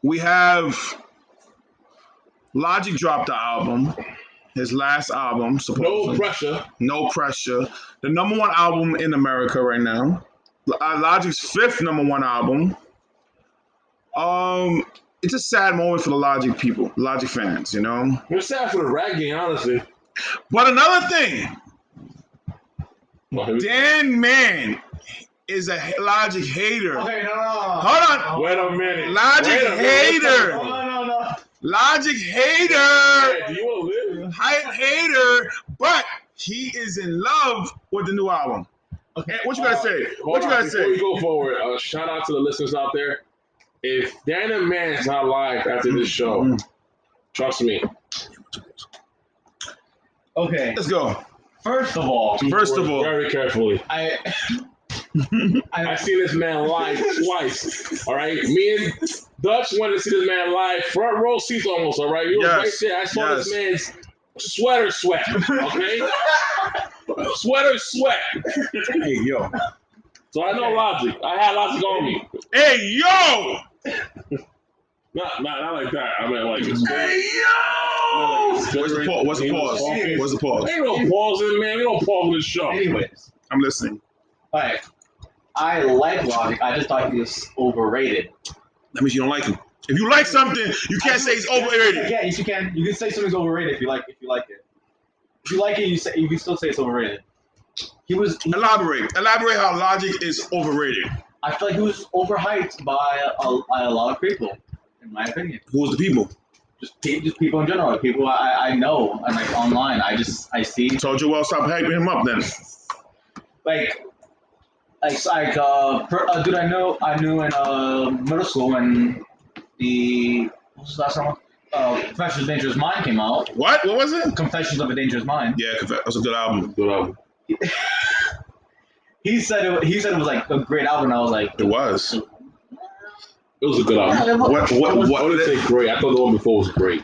S1: we have Logic dropped the album, his last album, supposedly.
S2: No pressure.
S1: No pressure. The number one album in America right now. L- uh, Logic's fifth number one album. Um, it's a sad moment for the Logic people, Logic fans, you know.
S2: It's sad for the rag game, honestly.
S1: But another thing,
S2: Well, here we-
S1: Dan Man is a h- Logic hater.
S3: Okay, no, no, no.
S1: Hold on.
S2: Wait a minute.
S1: Logic
S2: Wait a minute.
S1: hater.
S2: Hold on.
S3: No, no, no.
S1: Logic hater.
S2: Hey, Do you want to live?
S1: hype hater, but he is in love with the new album. Okay, what you gotta say? What you
S2: Hold on,
S1: gotta
S2: Before
S1: say?
S2: we go forward, uh, shout out to the listeners out there. If Dan and Man's not live after this show,
S1: Mm.
S2: trust me.
S3: Okay.
S1: Let's go.
S3: First of all,
S1: First of
S2: work
S1: all-
S2: very carefully.
S3: I.
S2: I
S3: I
S2: see this man live twice. All right, me and Dutch went to see this man live front row seats almost. All right, you were right
S1: Yes.
S2: there. I saw
S1: Yes.
S2: this man's sweater sweat. Okay, sweater sweat.
S1: Hey yo.
S2: So I know logic. I had logic on me.
S1: Hey yo.
S2: Not, not, not like that. I mean, like, it's
S1: Hey yo. What's the pause? What's the pause? What's the pause?
S2: Ain't no pausing, man. We don't pause this show.
S3: Anyways,
S1: I'm listening.
S3: alright. I like Logic. I just thought he was overrated.
S1: That means you don't like him. If you like something, you can't say it's overrated.
S3: Yeah, yes, you can. You can say something's overrated if you like if you like it. If you like it, you say you can still say it's overrated. He was.
S1: Elaborate. Elaborate how logic is overrated.
S3: I feel like he was overhyped by a, by a lot of people, in my opinion.
S1: Who's the people?
S3: just, pe- just people in general, people I, I know, and like online, I just I see
S1: So Joel, stop hyping him up then.
S3: like like like uh, per, uh dude I know I knew in uh middle school when the what's the last one uh Confessions of a Dangerous Mind came out.
S1: What? What was it?
S3: Confessions of a Dangerous Mind.
S1: Yeah, that was a good album.
S2: Good album.
S3: He said it, he said it was like a great album. and I was like,
S1: It was.
S2: It was a good album.
S3: yeah, it was-
S1: What? What?
S2: I
S1: What?
S2: wouldn't say great. I thought the one before was great.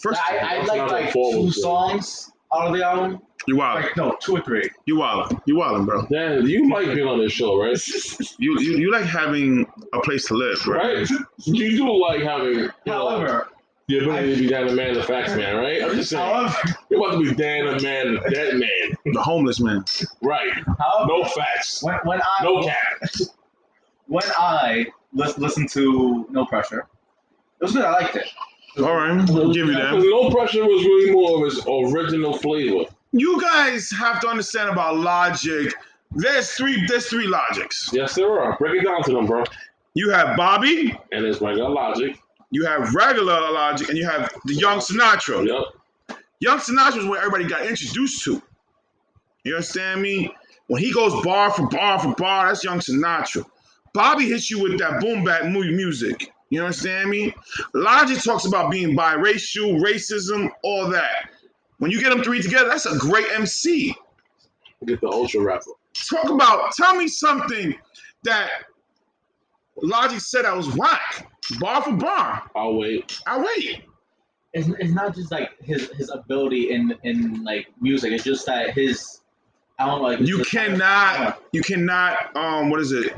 S1: First,
S3: I, I liked like two songs out of the album.
S1: you wild.
S3: Like no, two or three.
S1: You wild. You wild, bro.
S2: Yeah, you like being on this show, right?
S1: You, you you like having a place to live, bro.
S2: Right? You do like having you know,
S3: However,
S2: the ability to be down the man, the facts man, right? I'm just saying.
S3: however,
S2: You're about to be Dan the man, the dead man.
S1: The homeless man.
S2: Right.
S3: however,
S2: No facts.
S3: when when I
S2: No cap.
S3: when I lis- listened to No Pressure, it was good. I liked it.
S1: All right, we'll give you
S2: Because
S1: that.
S2: No Pressure was really more of his original flavor.
S1: You guys have to understand about logic. There's three. There's three logics.
S2: Yes, there are. Break it down to them, bro.
S1: You have Bobby.
S2: And it's like a logic.
S1: You have regular logic, and you have the young Sinatra.
S2: Yep.
S1: Young Sinatra is when everybody got introduced to. You understand me? When he goes bar for bar for bar, that's Young Sinatra. Bobby hits you with that boom bap mu- music. You understand me? Logic talks about being biracial, racism, all that. When you get them three together, that's a great MC.
S2: Get the ultra rapper.
S1: Talk about, tell me something that Logic said I was whack. Bar for bar.
S2: I'll wait.
S1: I wait.
S3: It's, it's not just like his his ability in in like music. It's just that his I don't know, like. it's
S1: You
S3: just-
S1: cannot, you cannot, um, what is it?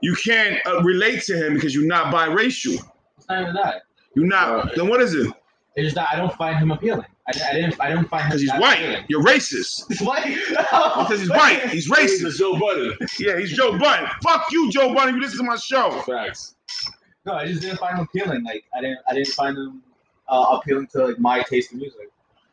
S1: You can't uh, relate to him because you're not biracial.
S3: It's not even that.
S1: You're not,
S2: Right.
S1: then what is it?
S3: It's just that I don't find him appealing. I, I didn't I don't find him
S1: Because he's
S3: that
S1: white.
S3: appealing.
S1: You're racist.
S3: He's white.
S1: Because he's white. He's racist.
S2: It's Joe Budden.
S1: Yeah, he's Joe Budden. Fuck you, Joe Budden. You listen to my show.
S2: Facts.
S3: No, I just didn't find him appealing. Like I didn't I didn't find him uh, appealing to like my taste in music.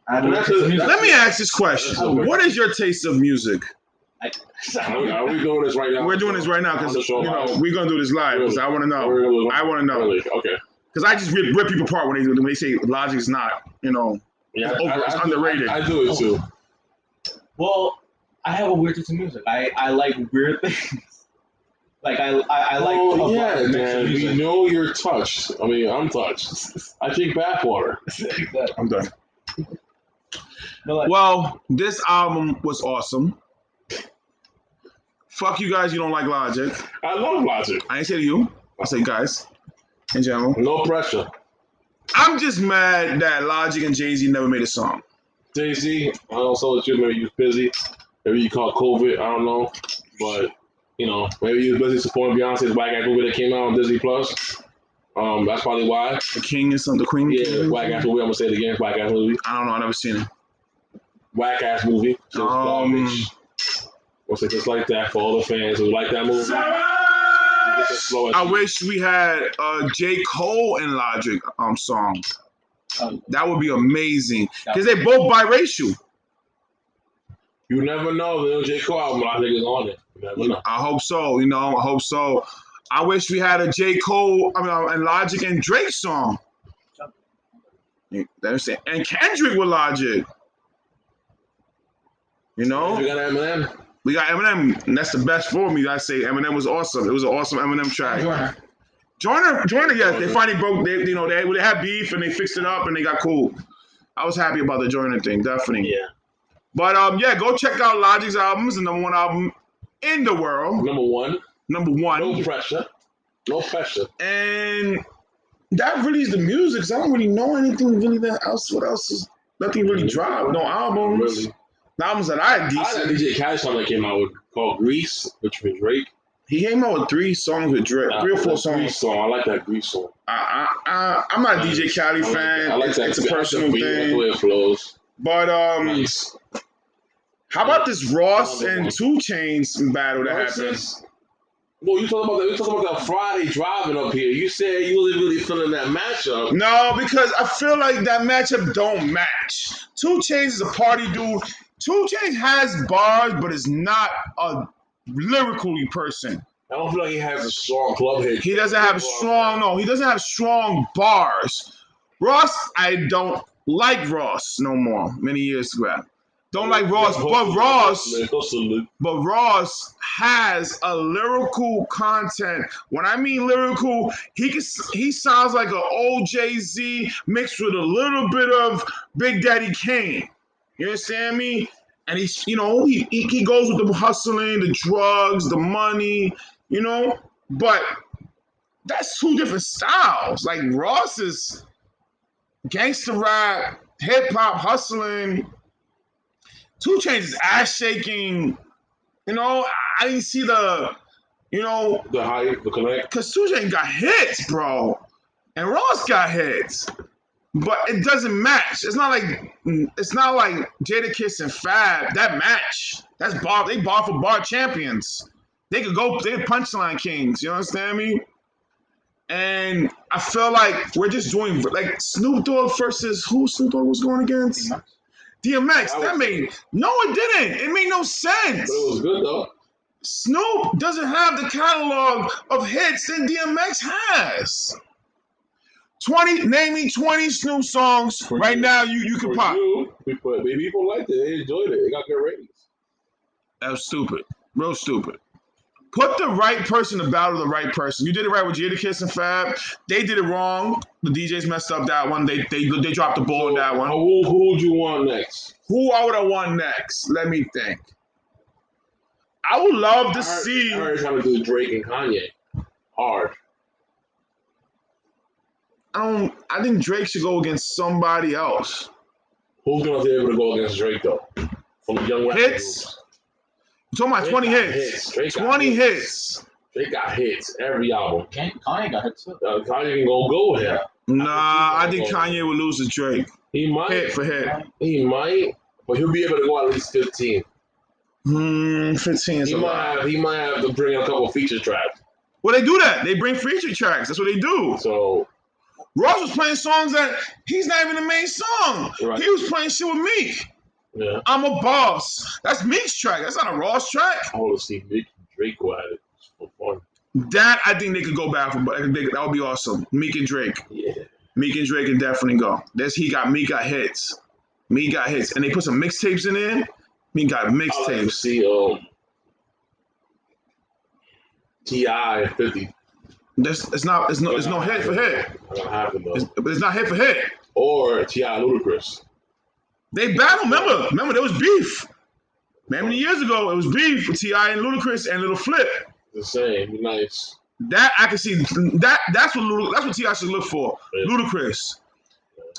S3: I don't
S2: Well,
S3: know
S2: that's
S3: taste in
S2: a-
S3: music.
S1: Let me ask this question. What is your taste of music?
S2: Are we, are we doing this right now?
S1: We're doing this right now
S2: On the
S1: because
S2: show
S1: you know
S2: live.
S1: we're gonna do this live because I want to know.
S2: We're gonna look-
S1: I want to know
S2: Really? Okay.
S1: because I just rip, rip people apart when they when they say logic's not you know.
S2: Yeah,
S1: It's over. It's
S2: do-
S1: underrated.
S2: I, do it too.
S3: Well, I have a weird taste in music. I, I like weird things. like I I, I like
S2: oh,
S3: a
S2: yeah,
S3: wide mix of
S2: man. We
S3: music.
S2: know you're touched. I mean, I'm touched. I drink bathwater.
S1: I'm done.
S3: But, like,
S1: Well, this album was awesome. Fuck you guys. You don't like logic.
S2: I love logic.
S1: I ain't say to you. I say guys in general.
S2: No pressure.
S1: I'm just mad that Logic and Jay Z never made a song.
S2: Jay Z, I don't know that you maybe you're busy. Maybe you caught COVID. I don't know, but you know maybe you was busy supporting Beyonce's Black Ass movie that came out on Disney Plus. Um, that's probably why.
S1: The King is something. The Queen.
S2: Yeah, Black Ass movie. I'm gonna say it again. Black Ass movie.
S1: I don't know. I never seen it.
S2: Whack ass movie. It was
S1: Um,
S2: garbage. What's it just like that for all the fans who like that movie? It's just slow as-
S1: I wish we had uh, J. Cole and Logic um song.
S3: um,
S1: That would be amazing because they both biracial.
S2: You never know. The J. Cole album, I think, is on it. You never know.
S1: I hope so. You know, I hope so. I wish we had a J. Cole, I mean, uh, and Logic and Drake song. You understand? And Kendrick with Logic. You know,
S2: You got Eminem?
S1: we got Eminem, and that's the best for me. I say Eminem was awesome. It was an awesome Eminem track.
S3: Joyner.
S1: Joiner, Joiner, yes, they finally broke. They, you know, they well, they had beef and they fixed it up and they got cool. I was happy about the Joiner thing, definitely.
S2: Yeah.
S1: But um, yeah, go check out Logic's albums, the number one album in the world,
S2: Number one,
S1: number one,
S2: no pressure. No pressure.
S1: and that really is the music. 'cause I don't really know anything really that else. What else is nothing really dropped? No albums,
S2: Mm-hmm. Really.
S1: The albums that I
S2: I had a
S1: decent.
S2: DJ Cash song that came out with called Grease, which was Drake.
S1: he came out with three songs with Drake,
S2: Uh,
S1: three or four
S2: that Grease
S1: songs.
S2: song. I like that Grease song.
S1: I, I, I, I'm not a DJ Cali
S2: I like
S1: fan.
S2: that- I like
S1: it's,
S2: that.
S1: it's
S2: I
S1: a
S2: like that
S1: personal
S2: beat, like The
S1: thing,
S2: way it flows.
S1: but um.
S2: Nice.
S1: How about this Ross and Two Chains battle that happened?
S2: Versus- Well, you talking about that? You talking about that Friday driving up here? You said you wasn't really feeling that matchup.
S1: No, because I feel like that matchup don't match. Two Chains is a party dude. Two Chains has bars, but is not a lyrically person.
S2: I don't feel like he has a strong club hit.
S1: He doesn't have strong. No, he doesn't have strong bars. Ross, I don't like Ross no more. Many years ago, don't like Ross,
S2: Yeah,
S1: but Ross,
S2: yeah, Hustle.
S1: but Ross has a lyrical content. When I mean lyrical, he can, he sounds like an old Jay Z mixed with a little bit of Big Daddy Kane. You understand me? And he's you know he, he he goes with the hustling, the drugs, the money, you know. But that's two different styles. Like Ross is gangster rap, hip hop, hustling. Two Chainz is ass shaking. You know, I- I didn't see the, you know,
S2: The hype, the collect.
S1: because Sujan got hits, bro, and Ross got hits, but it doesn't match. It's not like it's not like Jada Kiss and Fab that match. That's bar. They bar for bar champions. They could go. They're punchline kings. You understand me? And I feel like we're just doing like Snoop Dogg versus who Snoop Dogg was going against. DMX,
S2: That
S1: that
S2: was-
S1: made no, it didn't. It made no
S2: But
S1: sense.
S2: it was good though.
S1: Snoop doesn't have the catalog of hits that DMX has. 20, name me 20 Snoop songs
S2: For
S1: right
S2: you.
S1: now you, you can
S2: For
S1: pop.
S2: you, we put baby people liked it. They enjoyed it. It got good ratings.
S1: That was stupid. Real stupid. Put the right person to battle the right person. You did it right with Jadakiss and Fab. They did it wrong. The DJs messed up that one. They they, they dropped the ball on that one.
S2: Who who would you want next?
S1: Who I would have won next? Let me think. I would love to
S2: I heard-
S1: see.
S2: I heard trying to do Drake and Kanye. Hard.
S1: I don't. I think Drake should go against somebody else.
S2: Who's gonna be able to go against Drake though? From the young rap
S1: Hits?
S2: groups.
S1: You talking about
S2: Drake
S1: 20
S2: got
S1: hits.
S2: Drake got
S1: 20 hits.
S2: They got hits every album.
S3: Kanye Kanye got hit too.
S2: Uh, Kanye can go go with him.
S1: Nah, I
S2: I
S1: think
S2: think
S1: Kanye would lose to Drake.
S2: He might.
S1: Hit for hit.
S2: He might, but he'll be able to go at least fifteen.
S1: Hmm, 15 is
S2: He
S1: a
S2: might.
S1: lot.
S2: Have, he might have to bring in a couple feature tracks.
S1: Well, they do that. They bring feature tracks. That's what they do.
S2: So
S1: Ross was playing songs that he's not even the main song.
S2: Right.
S1: He was playing shit with Meek.
S2: yeah,
S1: I'm a boss. That's Meek's track. That's not a Ross track.
S2: I want to see Nick Drake go at it. It's for fun.
S1: That I think they could go back for, but I think they- that would be awesome. Meek and Drake.
S2: Yeah,
S1: Meek and Drake can definitely go. This he got Meek got hits. Meek got hits, and they put some mixtapes in there. Meek got
S2: I like to
S1: mixtapes.
S2: see um Ti and Fifty.
S1: That's it's not it's no it's no hit for hit.
S2: Not gonna happen though.
S1: It's, but it's not hit for hit.
S2: Or Ti and Ludacris.
S1: They battled. Remember, remember there was beef. Remember years ago, it was beef with Ti and Ludacris and Little Flip.
S2: The same. Be nice.
S1: That I can see. That that's what Lud- that's what Ti should look for.
S2: Yeah.
S1: Ludacris,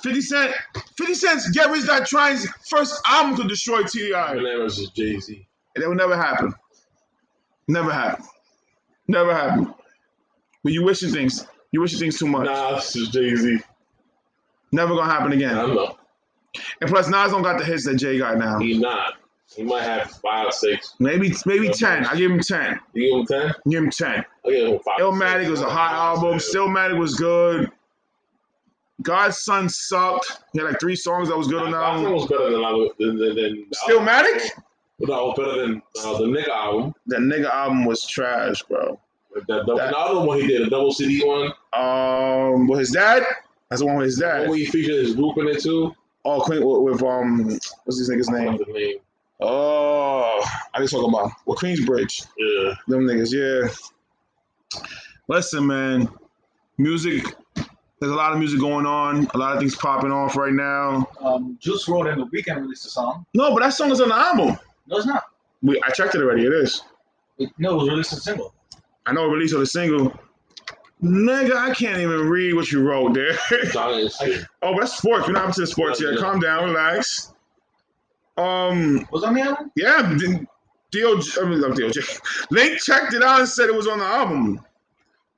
S1: Fifty Cent, Fifty Cent's Get Rich That Trying's first album could destroy Ti. And
S2: Eminem versus Jay Z.
S1: that would never happen. Never happen. Never happen. But you wishing things. You wishing things too much.
S2: Nah, this is Jay Z.
S1: Never gonna happen
S2: I
S1: again.
S2: don't know.
S1: And plus, Nas don't got the hits that Jay got now.
S2: He not. He might have five, six.
S1: Maybe maybe ten. I give him ten.
S2: You give him ten?
S1: Give him ten.
S2: I give him five.
S1: Illmatic was a hot album.
S2: Still.
S1: Stillmatic was good. Godson sucked. He had like three songs that was good on that
S2: That
S1: album.
S2: was better than I was than, than, than
S1: Stillmatic?
S2: But that was better than uh, the nigga album.
S1: That nigga album was trash, bro.
S2: That, double,
S1: That-
S2: the other one he did, a double CD one.
S1: Um, with his dad? That's the one with his
S2: That
S1: dad.
S2: one he featured his group in it too.
S1: Oh, Queen with, with um, what's this nigga's
S2: I forgot
S1: name?
S2: the name.
S1: Oh, I just talking about with Queensbridge.
S2: Yeah.
S1: Them niggas, yeah. Listen, man, music. There's a lot of music going on. A lot of things popping off right now.
S3: Um, Juice WRLD and The Weeknd released a song.
S1: No, but that song is on the album.
S3: No, it's not.
S1: We, I checked it already. It is.
S3: It, no, it was released as a single.
S1: I know release of the single. Nigga, I can't even read what you wrote there.
S2: Giant shit.
S1: oh, that's sports. We're not up to the sports yet. Calm down, relax. Um,
S3: Was on the album?
S1: yeah, D- DOJ, I mean, not DOJ. Link checked it out and said it was on the album.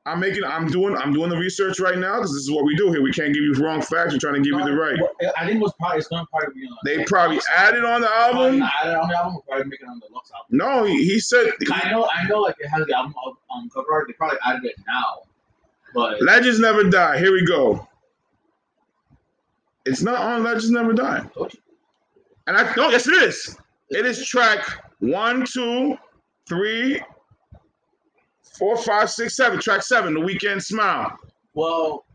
S1: I'm making, I'm doing, I'm doing the research right now because this is what we do here. We can't give you wrong facts. We're trying to give you the right.
S3: Well, I think it was probably it's not part of the. uh,
S1: They probably added on the album.
S3: I don't know. I'm probably making it on the Lux album.
S1: No, he, he said
S3: I know, I know, like it has the album on on cover art. They probably added it now, but
S1: Legends Never Die. Here we go. It's not on Legends Never Die. And I no, yes, it is. It is track one, two, three, four, five, six, seven. Track seven, The Weekend Smile.
S3: well,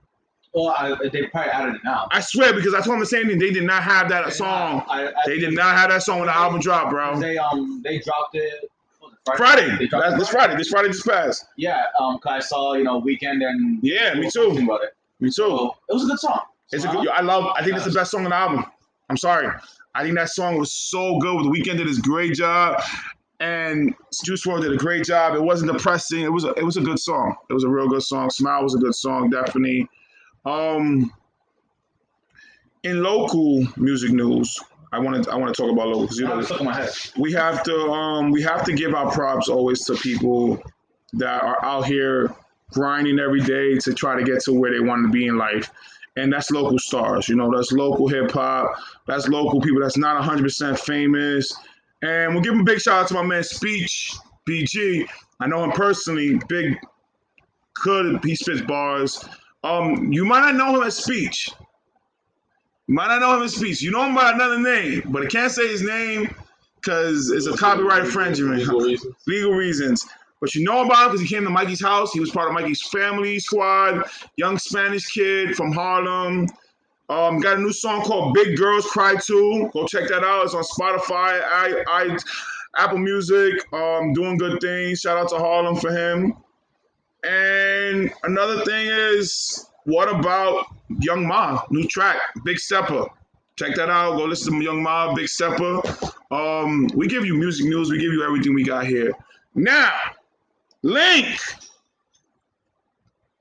S3: Well, I, they probably added it now.
S1: I swear, because I told him the same thing. They did not have that song.
S3: I, I,
S1: They did not have that song when the album dropped, bro.
S3: They um they dropped it. what was it,
S1: Friday.
S3: They dropped
S1: That's
S3: it
S1: this Friday. This Friday just passed.
S3: Yeah, um, 'cause I saw you know weekend and
S1: Yeah, me
S3: talking
S1: too.
S3: About it.
S1: Me too.
S3: So it was a good song.
S1: It's a
S3: Huh?
S1: good, yo, I love. I think it's the best song on the album. I'm sorry. I think that song was so good. The Weekend did his great job, and Juice WRLD did a great job. It wasn't depressing. It was. A, it was a good song. It was a real good song. Smile was a good song, definitely. Um, in local music news, I wanted. I want to talk about local because you know
S3: It's stuck in my head.
S1: we have to um we have to give our props always to people that are out here grinding every day to try to get to where they want to be in life and that's local stars you know that's local hip hop that's local people that's not 100% famous and we'll give him a big shout out to my man speech bg i know him personally big could he spits bars um you might not know him as speech you might not know him as speech you know him by another name but i can't say his name because it's a copyright infringement
S2: Legal reasons.
S1: legal reasons. But you know about him because he came to Mikey's house. He was part of Mikey's family squad, young Spanish kid from Harlem. Um, got a new song called Big Girls Cry Too. Go check that out. It's on Spotify, I, I, Apple Music. Um, doing good things. Shout out to Harlem for him. And another thing is, what about Young Ma? New track, Big Stepper. Check that out. Go listen to Young Ma, Big Stepper. Um, we give you music news. We give you everything we got here. Now, Link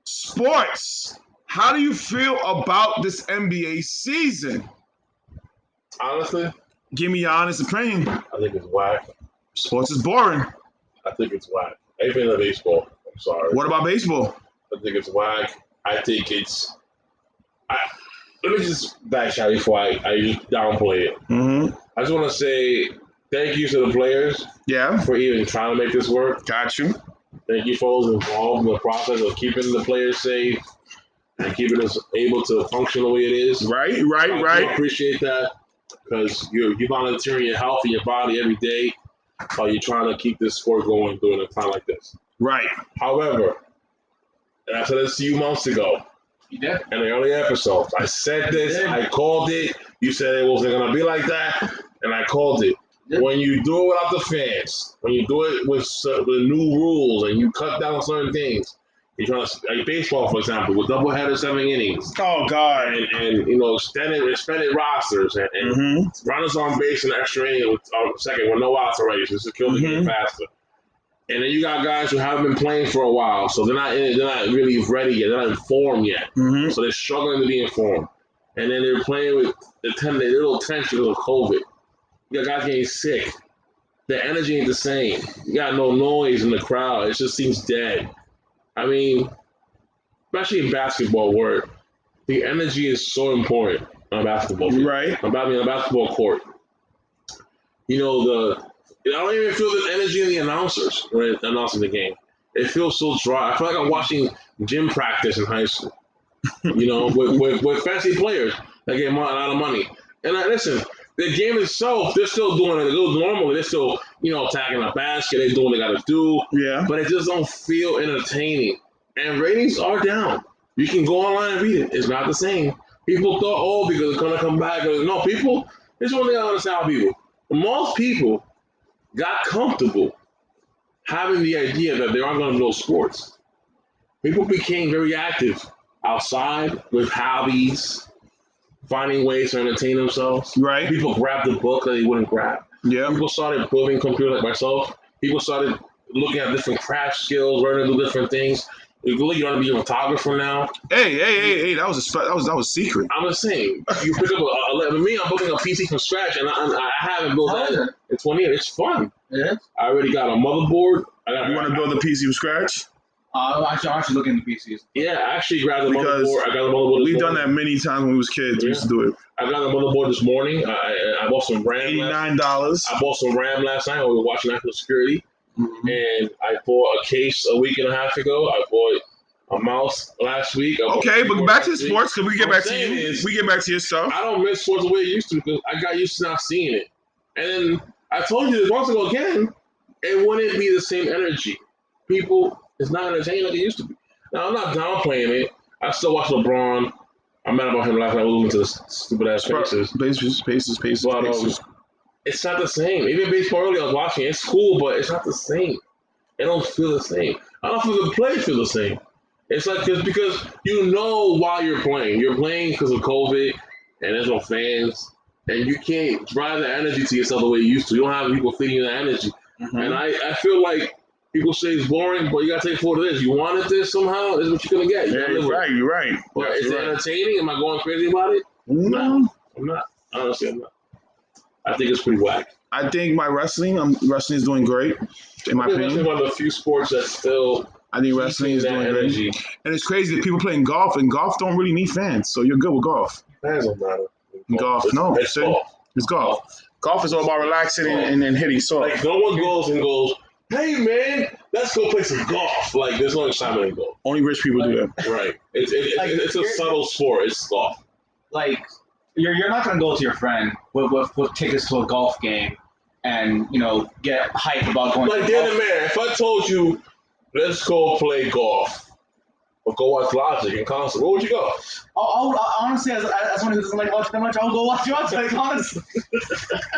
S1: Sports. How do you feel about this NBA season?
S2: Honestly,
S1: Give me your honest opinion.
S2: I think it's whack.
S1: Sports is boring.
S2: I think it's whack. I even in baseball. I'm sorry.
S1: What about baseball?
S2: I think it's whack. I think it's. I, let me just back out before I, I downplay it.
S1: Mm-hmm.
S2: I just want to say thank you to the players
S1: Yeah,
S2: for even trying to make this work.
S1: got you.
S2: Thank you for those involved in the process of keeping the players safe and keeping us able to function the way it is.
S1: Right, right,
S2: I
S1: right.
S2: appreciate that because you're, you're volunteering your health and your body every day while you're trying to keep this sport going during a time like this.
S1: Right.
S2: However, and I said this to you months ago
S3: You did.
S2: in the early episodes. I said this, I called it. You said it wasn't going to be like that, and I called it. When you do it without the fans, when you do it with cer- with new rules and you cut down certain things, you're trying to, like baseball, for example, with double header seven innings
S1: Oh God.
S2: and, and you know, extended, expanded rosters and, and
S1: Mm-hmm.
S2: runners on base in the extra inning with uh, second with no outs already, just to kill the game faster. And then you got guys who haven't been playing for a while, so they're not in, they're not really ready yet. They're not informed yet,
S1: Mm-hmm.
S2: so they're struggling to be informed. And then they're playing with the ten the little tension of COVID. You got guys getting sick. The energy ain't the same. You got no noise in the crowd. It just seems dead. I mean, especially in basketball, where the energy is so important on a basketball field
S1: Right.
S2: about me on the basketball court. You know the and I don't even feel the energy in the announcers when they're announcing the game. It feels so dry. I feel like I'm watching gym practice in high school. You know, with, with, with fancy players that get mo- a lot of money. And I, listen, the game itself, they're still doing it. They're normally, they're still you know attacking the basket. They're doing what they got to do
S1: Yeah.
S2: but it just don't feel entertaining. And ratings are down. You can go online and read it. It's not the same. People thought, oh, because it's gonna come back. No, people. This is one thing I understand how people. Most people got comfortable having the idea that there aren't gonna be no sports. People became very active outside with hobbies, finding ways to entertain themselves.
S1: Right.
S2: People grabbed the book that they wouldn't grab
S1: Yeah.
S2: people started building computers like myself. People started looking at different craft skills, learning to do different things. You look, you want to be a photographer now.
S1: Hey, hey, hey, hey. That was a spe- that was that was secret.
S2: I'm just saying, you pick up a, a, a me. I'm building a PC from scratch, and I, and I haven't built
S3: How is
S2: that
S3: it?
S2: in 20 years. It's fun.
S3: It is.
S2: I already got a motherboard. I got,
S1: You want to build a PC from scratch?
S3: Uh, I'm actually, I'm actually looking at the PCs.
S2: yeah, I actually grabbed a
S1: Because
S2: motherboard. I got a motherboard. this
S1: We've done
S2: morning.
S1: that many times when we was kids. We used to do it.
S2: I got a motherboard this morning. I, I, I bought some RAM.
S1: Eighty
S2: Last,
S1: nine dollars.
S2: I bought some RAM last night. when We were watching National Security.
S1: Mm-hmm.
S2: and I bought a case a week and a half ago. I bought a mouse last week. I bought
S1: Okay,
S2: a
S1: but
S2: keyboard
S1: back to the
S2: last week.
S1: sports because we get
S2: What I'm
S1: back to
S2: saying
S1: you.
S2: is-
S1: We get back to your stuff.
S2: I don't miss sports the way I used to because I got used to not seeing it. And I told you this months ago again, it wouldn't be the same energy. People, it's not entertaining like it used to be. Now I'm not downplaying it. I still watch LeBron. I'm mad about him last night losing to the stupid ass Pacers.
S1: Pacers, Pacers, Pacers,
S2: But, um,
S1: Pacers.
S2: It's not the same. Even baseball earlier, I was watching. It's cool, but it's not the same. It don't feel the same. I don't feel the play feel the same. It's like it's because you know why you're playing. You're playing because of COVID, and there's no fans, and you can't drive the energy to yourself the way you used to. You don't have people feeding you the energy.
S1: Mm-hmm.
S2: And I, I feel like people say it's boring, but you gotta take forward this. You wanted this somehow, this is what you're gonna get. You
S1: Yeah,
S2: gotta live
S1: you're
S2: with it.
S1: right. You're right.
S2: But
S1: Yes,
S2: is it
S1: you're right.
S2: entertaining? Am I going crazy about it?
S1: No,
S2: I'm not. Honestly, I'm not. I think it's pretty whack.
S1: I think my wrestling, I'm, wrestling is doing great. In my
S2: I think wrestling
S1: opinion,
S2: one of the few sports that's still
S1: I think wrestling is
S2: keeping
S1: doing
S2: that
S1: great.
S2: energy.
S1: And it's crazy that people playing golf, and golf don't really need fans, so you're good with golf.
S2: Fans don't matter.
S1: Golf, no,
S2: It's
S1: see?
S2: golf.
S1: It's golf. Golf is all about relaxing and, and, and hitting. So
S2: Like no one goes and goes, "Hey man, let's go play some golf." Like there's no excitement in golf.
S1: only rich people do that.
S2: Right? It's it,
S3: Like,
S2: it, it's a
S3: you're-
S2: subtle sport. It's golf.
S3: like you're you're not gonna go to your friend with with, with tickets to a golf game and you know get hype about going.
S2: Like
S3: to a
S2: Dan
S3: golf.
S2: and Mary, if I told you, let's go play golf or go watch Logic in concert, where would you go?
S3: I'll, I'll, I'll- Oh, honestly, as, as someone who doesn't like watching that much, I'll go watch yours. Like honestly,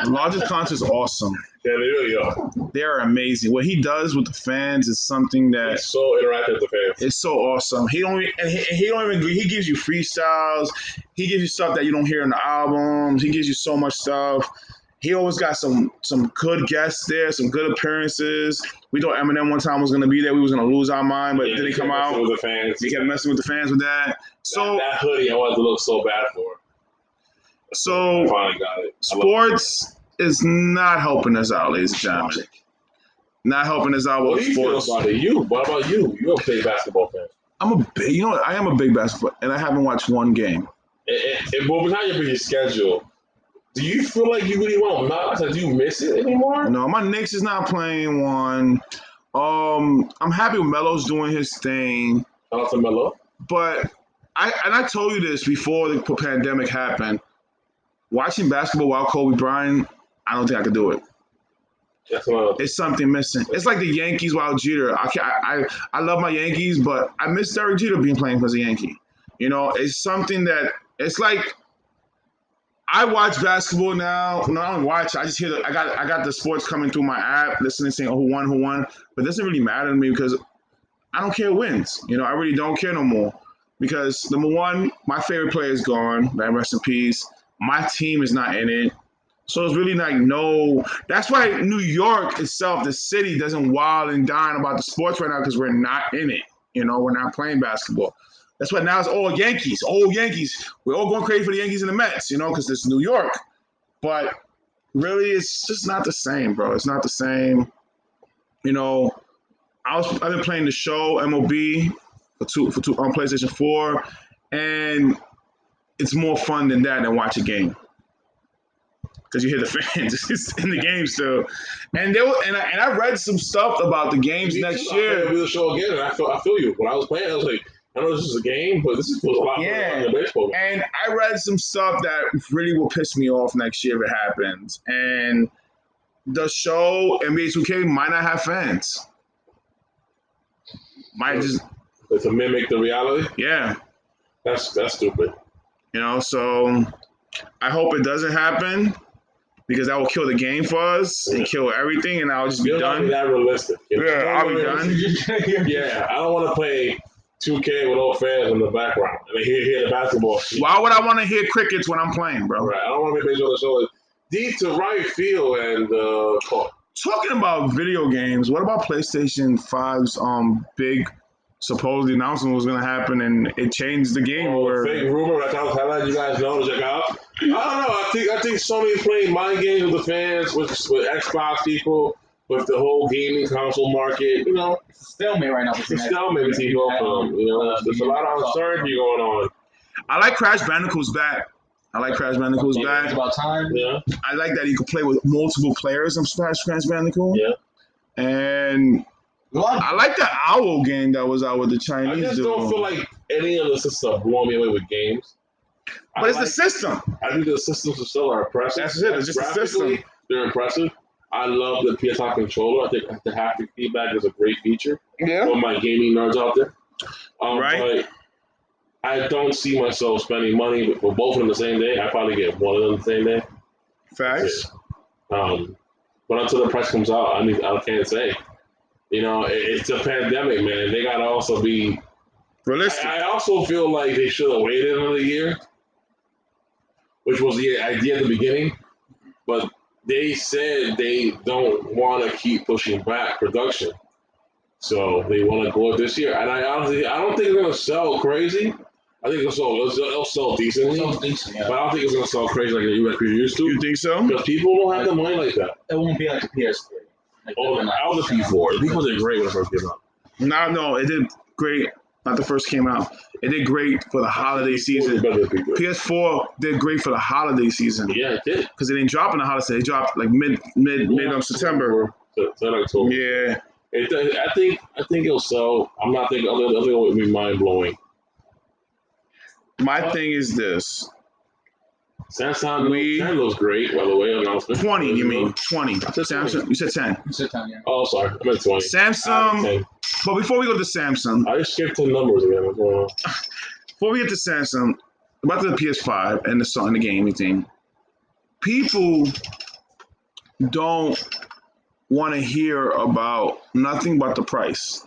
S1: Logic concert's awesome.
S2: Yeah, they really are.
S1: They are amazing. What he does with the fans is something that
S2: It's so interactive with the fans.
S1: It's so awesome. He don't and he, and he don't even he gives you freestyles. He gives you stuff that you don't hear in the albums. He gives you so much stuff. He always got some some good guests there, some good appearances. We thought Eminem one time was gonna be there. We was gonna lose our mind, but
S2: Yeah,
S1: then he
S2: you
S1: come
S2: can't mess
S1: out.
S2: with the fans.
S1: He kept messing with the fans with that. So
S2: that, that hoodie, I wanted to look so bad for. I
S1: so
S2: finally got it. I love it.
S1: sports is not helping us out, ladies and gentlemen. Not helping us out
S2: What
S1: with
S2: do Oh, you feel
S1: sports.
S2: about it? You? What about you? You're a big basketball fan.
S1: I'm a big, you know what? I am a big basketball, and I haven't watched one game.
S2: And, and, and well, behind your busy schedule, do you feel like you really want Nas? Like, do you miss it anymore?
S1: No, my Knicks is not playing one. Um, I'm happy Melo's doing his thing,
S2: Shout out to Melo.
S1: but I and I told you this before the pandemic happened. Watching basketball while Kobe Bryant, I don't think I could do it.
S2: That's what I'm
S1: It's something missing. It's like the Yankees without Jeter. I can I, I I love my Yankees, but I miss Derek Jeter being playing as a Yankee. You know, it's something that it's like I watch basketball now. No, I don't watch. I just hear. The, I got. I got the sports coming through my app, listening, saying, "Oh, who won? Who won?" But it doesn't really matter to me because I don't care who wins. You know, I really don't care no more because number one, my favorite player is gone. That rest in peace. My team is not in it, so it's really like no. That's why New York itself, the city, doesn't wild and dine about the sports right now because we're not in it. You know, we're not playing basketball. That's why now it's all Yankees, all Yankees. We're all going crazy for the Yankees and the Mets, you know, because it's New York. But really, it's just not the same, bro. It's not the same. You know, I was I've been playing the show MLB for two for two on PlayStation Four, and it's more fun than that than watch a game because you hear the fans it's in the game still. And there were, and I, and I read some stuff about the games
S2: Me
S1: next
S2: too. I
S1: year.
S2: played the show again, and I feel I feel you. When I was playing, I was like, I know this is a game, but this is feels a lot more
S1: Yeah.
S2: than baseball.
S1: And I read some stuff that really will piss me off next year if it happens. And the show NBA 2K might not have fans. Might just
S2: But to mimic the reality,
S1: yeah,
S2: that's that's stupid.
S1: you know. So I hope it doesn't happen because that will kill the game for us and kill everything, and I'll just be
S2: You're not
S1: done.
S2: that realistic. You're
S1: Yeah,
S2: not
S1: I'll be
S2: realistic.
S1: done.
S2: Yeah, I don't want to play 2K with all fans in the background. And they hear, hear the basketball.
S1: Why would I want to hear crickets when I'm playing, bro?
S2: Right. I don't want to make baseball the show. Deep to right field and uh, court.
S1: Talking about video games, what about PlayStation 5's um big supposed announcement was gonna happen and it changed the game
S2: Oh,
S1: where
S2: fake rumor. I thought I let you guys know to check out. I don't know. I think I think Sony playing mind games with the fans, with with Xbox people, with the whole gaming console market. You know,
S3: still me right now.
S2: it's still maybe people. Um, you know, there's, there's a lot of uncertainty going on.
S1: I like Crash Bandicoot's back. I like Crash Bandicoot's
S3: It's
S1: back.
S3: about time.
S2: Yeah,
S1: I like that you can play with multiple players on Crash Crash Bandicoot.
S2: Yeah.
S1: And
S3: A lot of
S1: I like the owl game that was out with the
S2: I
S1: Chinese
S2: just
S1: dude.
S2: don't feel like any of the systems blow me away with games.
S1: but
S2: I
S1: it's the
S2: like-
S1: system.
S2: I think the systems of still are impressive.
S1: That's it, it's just the
S2: Graphically,
S1: system.
S2: They're impressive. I love the PSI controller. I think the haptic feedback is a great feature
S1: Yeah.
S2: for my gaming nerds out there. Um,
S1: Right.
S2: But I don't see myself spending money for both of them the same day. I probably get one of them the same day.
S1: Facts.
S2: Um, but until the price comes out, I mean, I can't say. You know, it, it's a pandemic, man. They gotta also be.
S1: Realistic.
S2: I, I also feel like they should have waited another year, which was the idea at the beginning. But they said they don't want to keep pushing back production, so they want to go up this year. And I honestly, I don't think they're gonna sell crazy. I think it'll sell, it'll sell decently,
S3: So decent,
S2: but
S3: yeah.
S2: I don't think it's gonna sell crazy like the US used to
S1: You think so?
S2: because people don't have the money like that.
S3: It won't be like a PS3. Like,
S2: Oh,
S3: they're
S2: the
S3: not-
S2: I was a P4. The P4 did great when it first came out.
S1: No, no, it did great. Not the first came out. It did great for the holiday
S2: It was
S1: season.
S2: better than P3.
S1: PS4 did great for the holiday season
S2: Yeah, it did.
S1: because it didn't drop in the holiday. It dropped like mid mid mid of September.
S2: So, so like, so
S1: Yeah,
S2: it, I think I think it'll sell. I'm not thinking. I don't think it'll be mind blowing.
S1: my thing is this:
S2: Samsung
S1: We-
S2: we, trend looks great, by the way. Announcement.
S1: twenty. You mean twenty?
S2: said
S1: Samsung. You said ten.
S3: You said ten, yeah.
S2: Oh, sorry. I meant 20.
S1: Samsung.
S2: Okay.
S1: But before we go to Samsung,
S2: I just skipped 10 numbers again. What's going on?
S1: before we get to Samsung, about the PS5 and the song and the gaming thing, people don't want to hear about nothing but the price.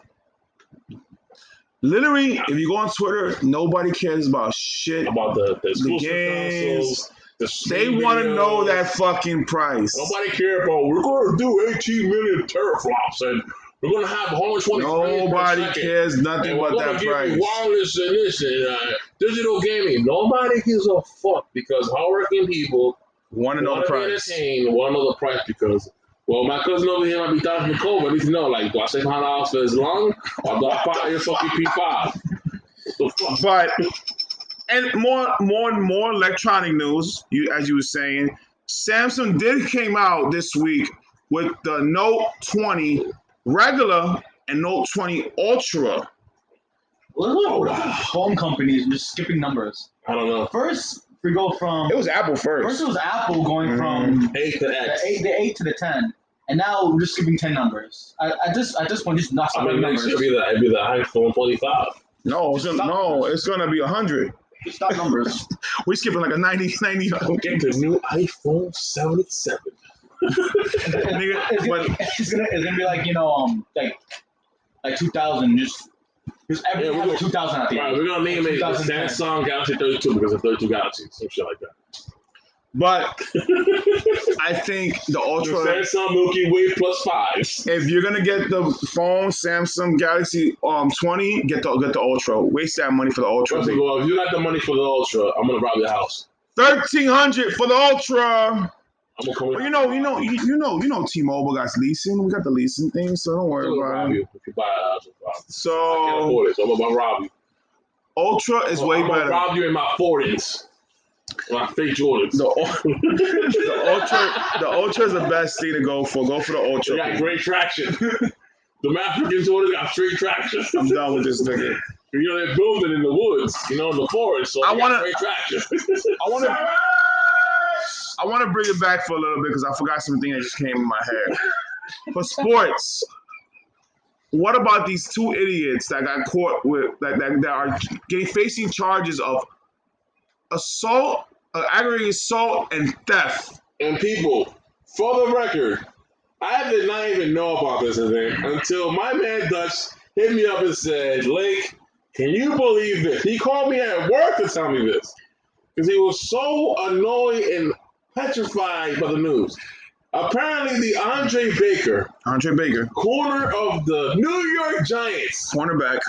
S1: Literally, if you go on Twitter, nobody cares about shit.
S2: About the, the
S1: The
S2: exclusive
S1: games,
S2: consoles. The
S1: they
S2: streaming
S1: want to
S2: videos.
S1: know that fucking price.
S2: Nobody care about. We're going to do 18 million teraflops and we're going to have 120
S1: Nobody cares nothing
S2: And we're
S1: about
S2: gonna
S1: that
S2: give you
S1: price.
S2: wireless and this and uh, digital gaming. Nobody gives a fuck because hardworking people
S1: Want to know
S2: want
S1: the
S2: to be
S1: price?
S2: entertained, want to know the price because. Well, my cousin over here might be dodging the COVID. He's know, like, do I say hundred dollars for his lung or do I buy your fucking P five? The fuck?
S1: but and more more and more electronic news you as you were saying samsung did came out this week with the note 20 regular and note 20 ultra
S3: Look at the phone companies just skipping numbers.
S2: I don't know.
S3: First, we go from
S1: it was apple
S3: first
S1: first
S3: it was Apple going from
S2: Eight to
S3: the
S2: X.
S3: eight, the eight to the ten, and now we're just skipping ten numbers. I, I just I just want just not
S2: I
S3: skipping
S2: mean, next
S3: numbers.
S2: year it'd be the it'd be the iPhone forty five.
S1: no it's gonna, no it's gonna be 100
S3: Stop numbers.
S1: we skipping like a 90 90
S2: Okay, the new iPhone seventy seven.
S1: nigga
S3: it's,
S1: but
S3: gonna, it's gonna it's gonna be like you know um like like two thousand just just every
S2: Yeah, we're gonna-
S3: two thousand at the
S2: All right,
S3: end.
S2: we're gonna name it the
S3: 2010.
S2: Samsung Galaxy thirty two because of thirty two Galaxy, some shit like that.
S1: but
S2: the
S1: i think the ultra
S2: Samsung Milky Way plus fives.
S1: if you're gonna get the phone samsung galaxy um 20 get the get the ultra waste that money for the ultra
S2: First of all, if you got the money for the Ultra, I'm gonna rob your house.
S1: Thirteen hundred for the Ultra.
S2: I'm gonna come.
S1: Well, you know, you know, you, you know, you know, T-Mobile got leasing. We got the leasing thing, so don't
S2: I'm
S1: worry
S2: gonna rob
S1: about it.
S2: you if you buy a house. I'm robbing. I can't
S1: So
S2: afford it, so I'm gonna rob you.
S1: Ultra is
S2: I'm
S1: way
S2: gonna
S1: better.
S2: rob you in my forties, my fake Jordans.
S1: The, Ul- the Ultra, the Ultra is the best thing to go for. Go for the
S2: They got
S1: Ultra.
S2: great traction. the African Jordans got straight traction.
S1: I'm done with this nigga.
S2: You know they're building in the woods, you know, in the forest. So
S1: I
S2: they got
S1: wanna-
S2: great traction.
S1: I want to, I want to bring it back for a little bit because I forgot something that just came in my head. For sports, what about these two idiots that got caught with that that, that are getting facing charges of assault, uh, aggravated assault, and theft?
S2: And people, for the record, I did not even know about this event until my man Dutch hit me up and said, Lake, can you believe this? He called me at work to tell me this. Because he was so annoyed and petrified by the news. Apparently, the Andre Baker,
S1: Andre Baker,
S2: corner of the New York Giants,
S1: cornerback,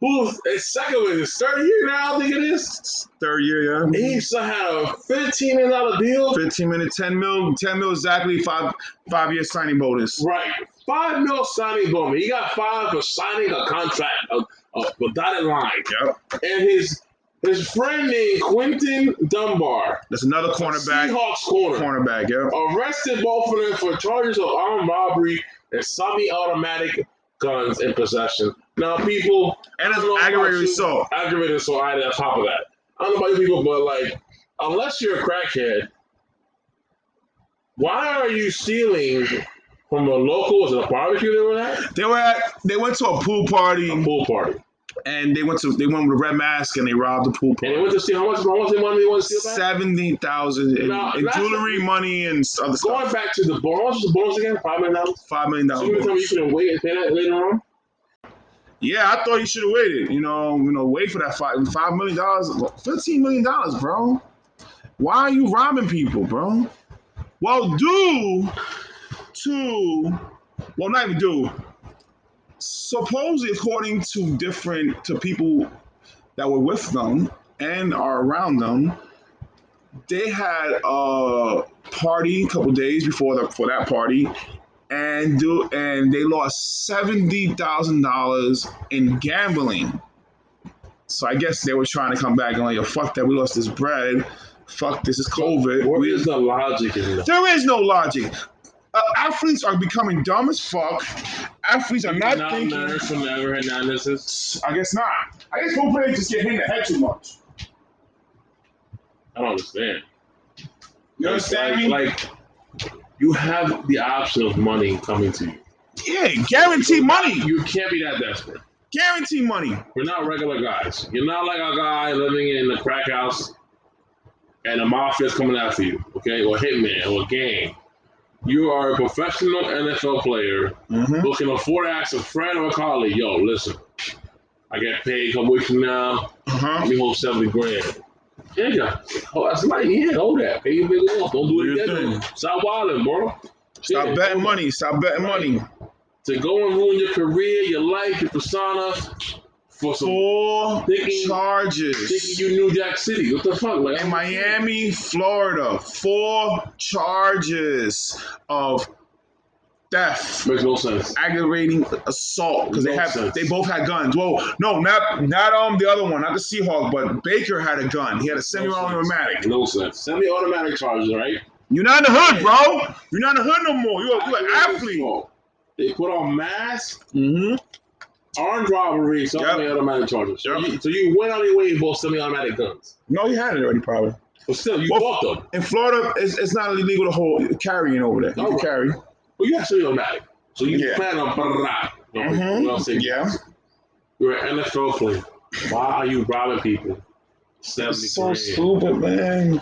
S2: who's is second with his third year now, I think it is,
S1: third year, yeah.
S2: he had a $15 million deal
S1: 15 minute, 10 mil, 10 mil exactly, five five year signing bonus.
S2: Right. Five mil signing bonus. He got five for signing a contract, a, a, a dotted line.
S1: Yep.
S2: And his his friend named Quentin Dunbar,
S1: That's another
S2: a
S1: cornerback,
S2: Seahawks corner,
S1: cornerback, yeah.
S2: arrested both of them for charges of armed robbery and semi-automatic guns in possession. Now, people,
S1: And
S2: I
S1: it's
S2: don't know about
S1: aggravated
S2: you.
S1: assault.
S2: aggravated so I on top of that. I don't know about you people, but like, unless you're a crackhead, why are you stealing from a local? Was it a barbecue they were at?
S1: They were at, they went to a pool party.
S2: pool party.
S1: and they went to they went with a red mask and they robbed the pool
S2: And they
S1: party.
S2: went to steal how much? How much they wanted? They want to steal back.
S1: Seventy thousand in,
S2: No,
S1: in
S2: that's-
S1: jewelry, money, and s- other
S2: Going
S1: stuff.
S2: back to the bonus, how much was the bonus again? Five million dollars.
S1: Five million
S2: So you mean
S1: dollars.
S2: to tell me you couldn't wait and pay that later on?
S1: Yeah, I thought you should have waited. You know, you know, wait for that five five million dollars, fifteen million dollars, bro. Why are you robbing people, bro? Well, due to well, not even due. Supposedly, according to different to people that were with them and are around them, they had a party a couple days before the for that party, and do and they lost seventy thousand dollars in gambling. So I guess they were trying to come back and like, yo, fuck that, we lost this bread. Fuck this is COVID.
S2: Where
S1: We-
S2: is the logic in that?
S1: there is no logic. Uh, athletes are becoming dumb as fuck. Athletes are not
S2: Not
S1: thinking.
S2: nerds from never had analysis.
S1: I guess not. I guess football players just get hit in the head too much.
S2: I don't understand.
S1: You understand me?
S2: Like, like, you have the option of money coming to you.
S1: yeah, guarantee money.
S2: You can't be that desperate.
S1: Guarantee money.
S2: We're not regular guys. You're not like a guy living in a crack house and a mafia's coming after you, okay? Or hitman or gang. You are a professional NFL player
S1: Mm-hmm.
S2: who can afford to ask a friend or a colleague, yo, listen, I get paid a couple weeks from now,
S1: Uh-huh.
S2: let me hold 70 grand. Yeah, oh, that's like, yeah, hold that. Pay your big off. Don't do
S1: Do
S2: it
S1: your
S2: again.
S1: thing.
S2: Stop wilding, bro.
S1: Stop
S2: Yeah,
S1: betting
S2: hold that
S1: money. Stop betting money.
S2: to go and ruin your career, your life, your persona for some
S1: Four
S2: Thinking- thinking
S1: charges
S2: you knew Jack City. What the fuck? Like
S1: in Miami, Florida. Four charges of theft.
S2: Makes no sense.
S1: aggravating assault because they
S2: No
S1: have
S2: sense.
S1: they both had guns. Well, no, not not um the other one, not the Seahawk, but Baker had a gun. He had a semi-automatic.
S2: No sense. Semi-automatic charges, right?
S1: You're not in the hood, bro. You're not in the hood no more. You're, you're an athlete.
S2: They put on masks,
S1: Mm-hmm.
S2: armed robbery, so
S1: Yep.
S2: semi-automatic charges. So,
S1: Yep.
S2: you, so you went on your way with both semi-automatic guns,
S1: No, he had it already, probably.
S2: but still you
S1: Well-
S2: bought them.
S1: In Florida, it's, it's not illegal to hold carrying over there. You can
S2: Alright.
S1: carry.
S2: But you have semi-automatic, so you
S1: Yeah.
S2: plan on brrrah. You know
S1: Mhm.
S2: what I'm saying?
S1: Yeah.
S2: You're an NFL player. Why are you robbing people? Seventy
S1: It's so
S2: grand.
S1: stupid, man.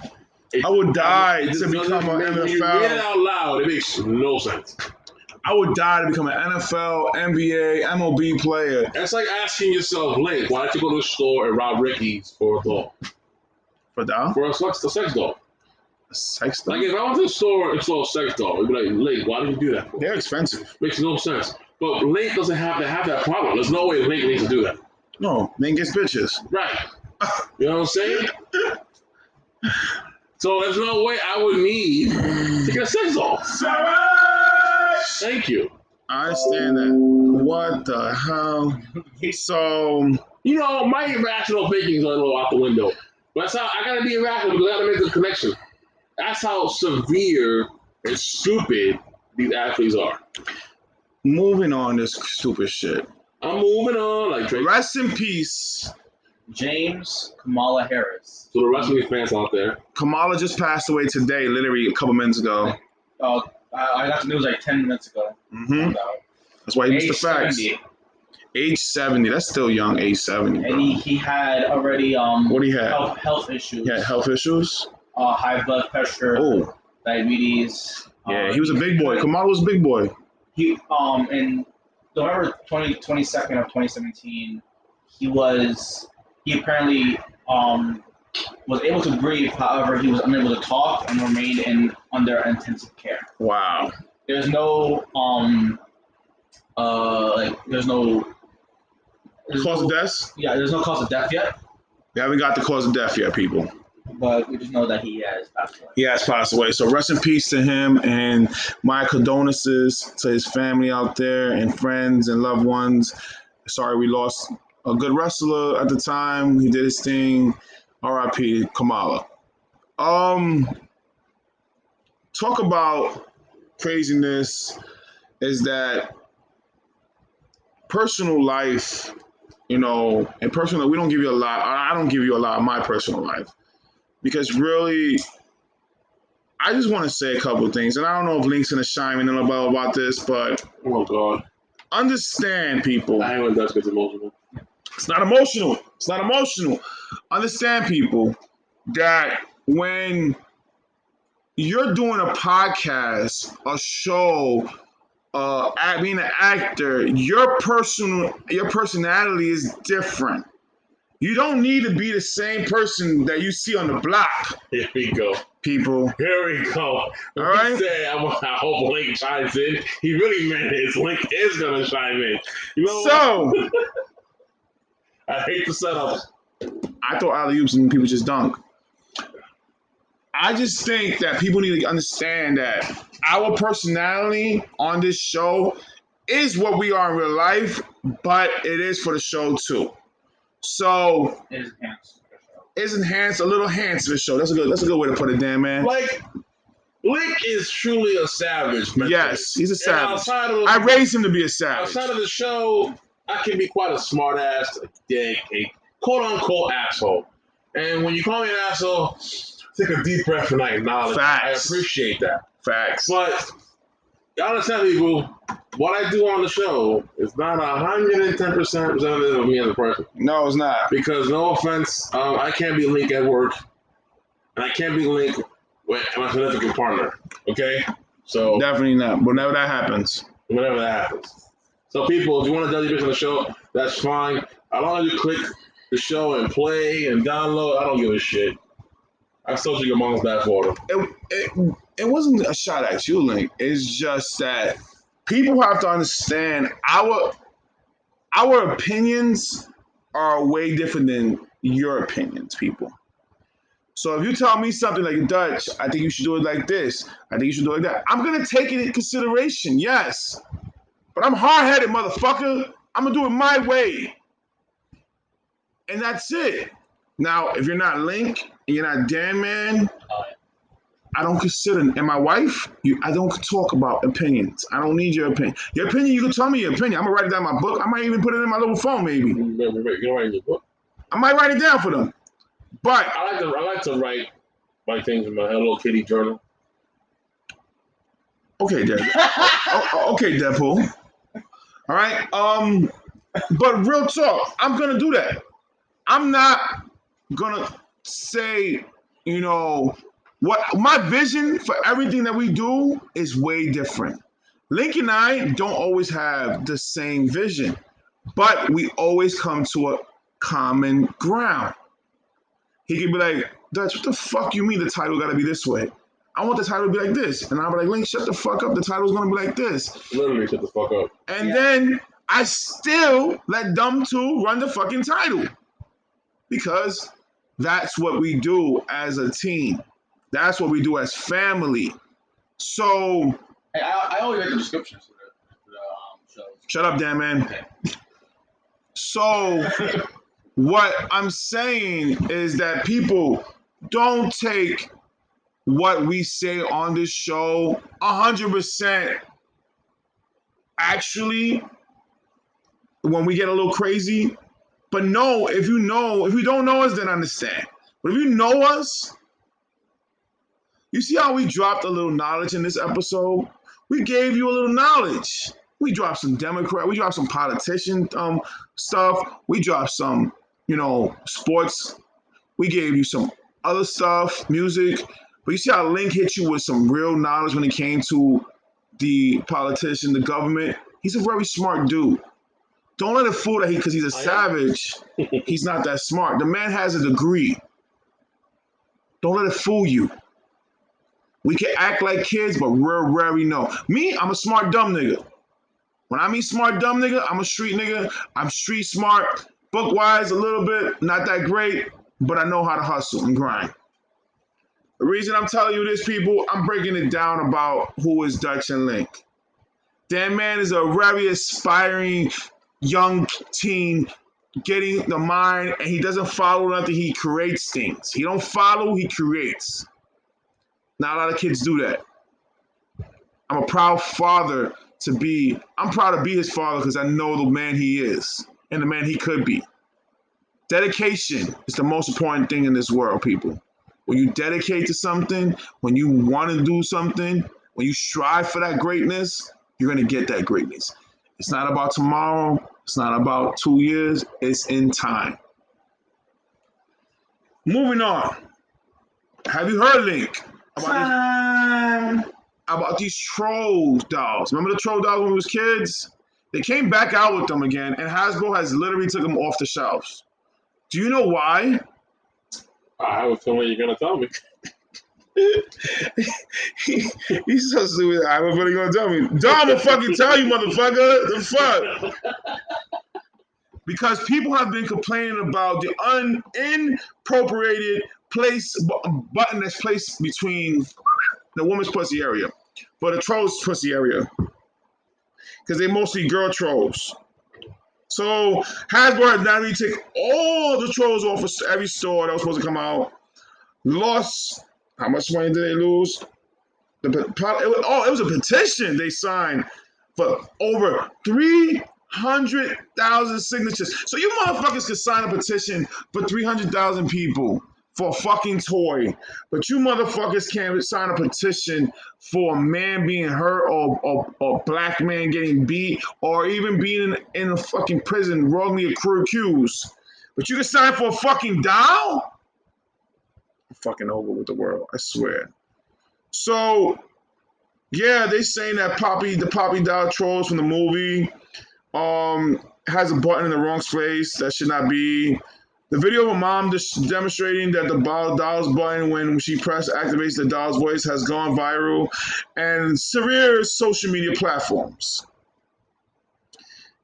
S1: I would die to become an
S2: When you read it
S1: NFL.
S2: out loud, it makes no sense.
S1: I would die to become an NFL, NBA, MLB player.
S2: That's like asking yourself, Link, why don't you go to the store and rob Ricky's for a doll?
S1: But that
S2: For a sex, a sex doll.
S1: sex
S2: Like,
S1: thing.
S2: if I went to the store and saw a sex doll, it'd be like, Link, why did you do that? for?"
S1: They're expensive.
S2: Makes no sense. But Link doesn't have to have that problem. There's no way Link needs to do that.
S1: No, man gets bitches.
S2: Right. You know what I'm saying? So there's no way I would need to get a sex doll. Thank you.
S1: I understand that. What the hell? So
S2: You know, my irrational thinking is a little out the window. But that's how I gotta be irrational because I gotta make the connection. That's how severe and stupid these athletes are.
S1: moving on this stupid shit.
S2: I'm moving on, like Drake.
S1: Rest in peace.
S3: James Kamala Harris.
S2: To the wrestling fans out there,
S1: Kamala just passed away today, literally a couple minutes ago.
S3: Oh, I I got the news like 10 minutes ago.
S1: hmm
S3: about
S1: That's why he missed the
S3: age
S1: facts.
S3: 70.
S1: Age 70. That's still young, age 70.
S3: And he,
S1: Bro.
S3: he had already um
S1: What do you have?
S3: health, health
S1: He
S3: issues.
S1: had health issues.
S3: Uh, high blood pressure,
S1: Oh,
S3: diabetes.
S1: yeah.
S3: um,
S1: He was a big boy. Kamala was a big boy.
S3: he um in November 20, 22nd of 2017, he was he apparently um was able to breathe, however, he was unable to talk and remained in under intensive care.
S1: Wow.
S3: There's no um uh like there's no there's
S1: Cause
S3: no-
S1: of death?
S3: yeah, there's no cause of death yet,
S1: They haven't got the cause of death yet, people.
S3: but we just know that he has passed away.
S1: He has passed away. So rest in peace to him and my condolences to his family out there and friends and loved ones. Sorry we lost a good wrestler at the time. He did his thing. R.I.P. Kamala. Um talk about craziness is that personal life, you know, and personal we don't give you a lot. I I don't give you a lot of my personal life. Because really I just want to say a couple of things, and I don't know if Link's gonna chime in about about this, but
S2: oh my god,
S1: understand people.
S2: I haven't done this emotional.
S1: It's not emotional. It's not emotional. Understand, people, that when you're doing a podcast, a show, uh, act- being an actor, your personal, your personality is different. You don't need to be the same person that you see on the block,
S2: Here we go.
S1: people.
S2: Here we go.
S1: All
S2: He
S1: right.
S2: said, I, want- I hope Link chimes in. He really meant his Link is gonna chime in. You know what?
S1: So
S2: I hate the setup.
S1: I throw alley oops and people just dunk. I just think that people need to understand that our personality on this show is what we are in real life, but it is for the show too. So
S3: It is enhanced.
S1: it's enhanced a little hands to the show. That's a good that's a good way to put it, damn man.
S2: Like Link is truly a savage. man.
S1: Yes, he's a
S2: And
S1: savage.
S2: outside of the,
S1: I raised him to be a savage.
S2: outside of the show, I can be quite a smart ass, a dick, a quote unquote asshole. And when you call me an asshole, take a deep breath and I acknowledge. it. I
S1: Facts.
S2: appreciate that.
S1: Facts.
S2: But y'all understand, people, what I do on the show is not hundred and ten percent representative of me as a person.
S1: No, it's not.
S2: Because no offense, um, I can't be Link at work, and I can't be Link with my significant partner. Okay, so
S1: Definitely not. Whenever that happens.
S2: whenever that happens. So people, if you want to tell your business on the show, that's fine. As long as you click the show and play and download, I don't give a shit. I still drink your mom's bathwater.
S1: it, it, it wasn't a shot at you, Link. It's just that people have to understand our our opinions are way different than your opinions, people. So if you tell me something like Dutch, I think you should do it like this. I think you should do it like that. I'm gonna take it in consideration, yes. But I'm hard headed, motherfucker. I'm gonna do it my way. And that's it. Now, if you're not Link and you're not Dan Man, I don't consider, and my wife, you, I don't talk about opinions. I don't need your opinion. Your opinion, you can tell me your opinion. I'm gonna write it down in my book. I might even put it in my little phone, maybe.
S2: You know what I mean?
S1: I might write it down for them. But
S2: I like to I like to write my things in my Hello Kitty journal.
S1: okay, Deadpool. Oh, oh, okay, Deadpool. All right. Um, but real talk, I'm gonna do that. I'm not gonna say, you know, what my vision for everything that we do is way different. Link and I don't always have the same vision, but we always come to a common ground. He could be like, Dutch, what the fuck you mean the title gotta be this way? I want the title to be like this. And I'll be like, Link, shut the fuck up. The title's gonna be like this.
S2: Literally shut the fuck up.
S1: And
S3: Yeah.
S1: then I still let Dumb 2 run the fucking title because that's what we do as a team. That's what we do as family. So
S3: I, I, I always read the descriptions for the, for the um, shows.
S1: shut up, damn man.
S3: Okay.
S1: So what I'm saying is that people don't take what we say on this show 100% actually when we get a little crazy. But no, if you know, if you don't know us, then understand. But if you know us, you see how we dropped a little knowledge in this episode? We gave you a little knowledge. We dropped some Democrat, we dropped some politician um, stuff. We dropped some, you know, sports. We gave you some other stuff, music. But you see how Link hit you with some real knowledge when it came to the politician, the government. He's a very smart dude. Don't let it fool that he, because he's a
S2: I am.
S1: savage, he's not that smart. The man has a degree. Don't let it fool you. We can act like kids, but we're very no. Me, I'm a smart dumb nigga. When I mean smart dumb nigga, I'm a street nigga. I'm street smart, book wise a little bit, not that great, but I know how to hustle and grind. The reason I'm telling you this, people, I'm breaking it down about who is Dutch and Link. That man is a very aspiring young teen getting the mind and he doesn't follow nothing he creates things he don't follow he creates not a lot of kids do that i'm a proud father to be i'm proud to be his father because i know the man he is and the man he could be dedication is the most important thing in this world people when you dedicate to something when you want to do something when you strive for that greatness you're going to get that greatness It's not about tomorrow. It's not about two years. It's in time. Moving on. Have you heard Link about, these,
S3: Time.
S1: about these troll dolls? Remember the troll dolls when we was kids? They came back out with them again, and Hasbro has literally took them off the shelves. Do you know why?
S2: I have a feeling you're gonna tell me.
S1: He- He's so stupid. I'm really gonna tell me. Dom will fucking tell you, motherfucker. The fuck. because people have been complaining about the un inappropriated place bu- button that's placed between the woman's pussy area, but the troll's pussy area, because they mostly girl trolls. So Hasbro has now really taken all the trolls off of every store that was supposed to come out. Lost how much money did they lose? The pe- pro- it was, oh, it was a petition they signed for over 300,000 signatures. So you motherfuckers could sign a petition for 300,000 people for a fucking toy, but you motherfuckers can't sign a petition for a man being hurt or or- or a black man getting beat or even being in, in a fucking prison wrongly accused. But you can sign for a fucking doll? fucking over with the world. I swear. So, yeah, they saying that Poppy, the Poppy Doll trolls from the movie, um, has a button in the wrong place that should not be. The video of a mom just demonstrating that the ball- doll's button, when she press activates the doll's voice, has gone viral, and severe social media platforms.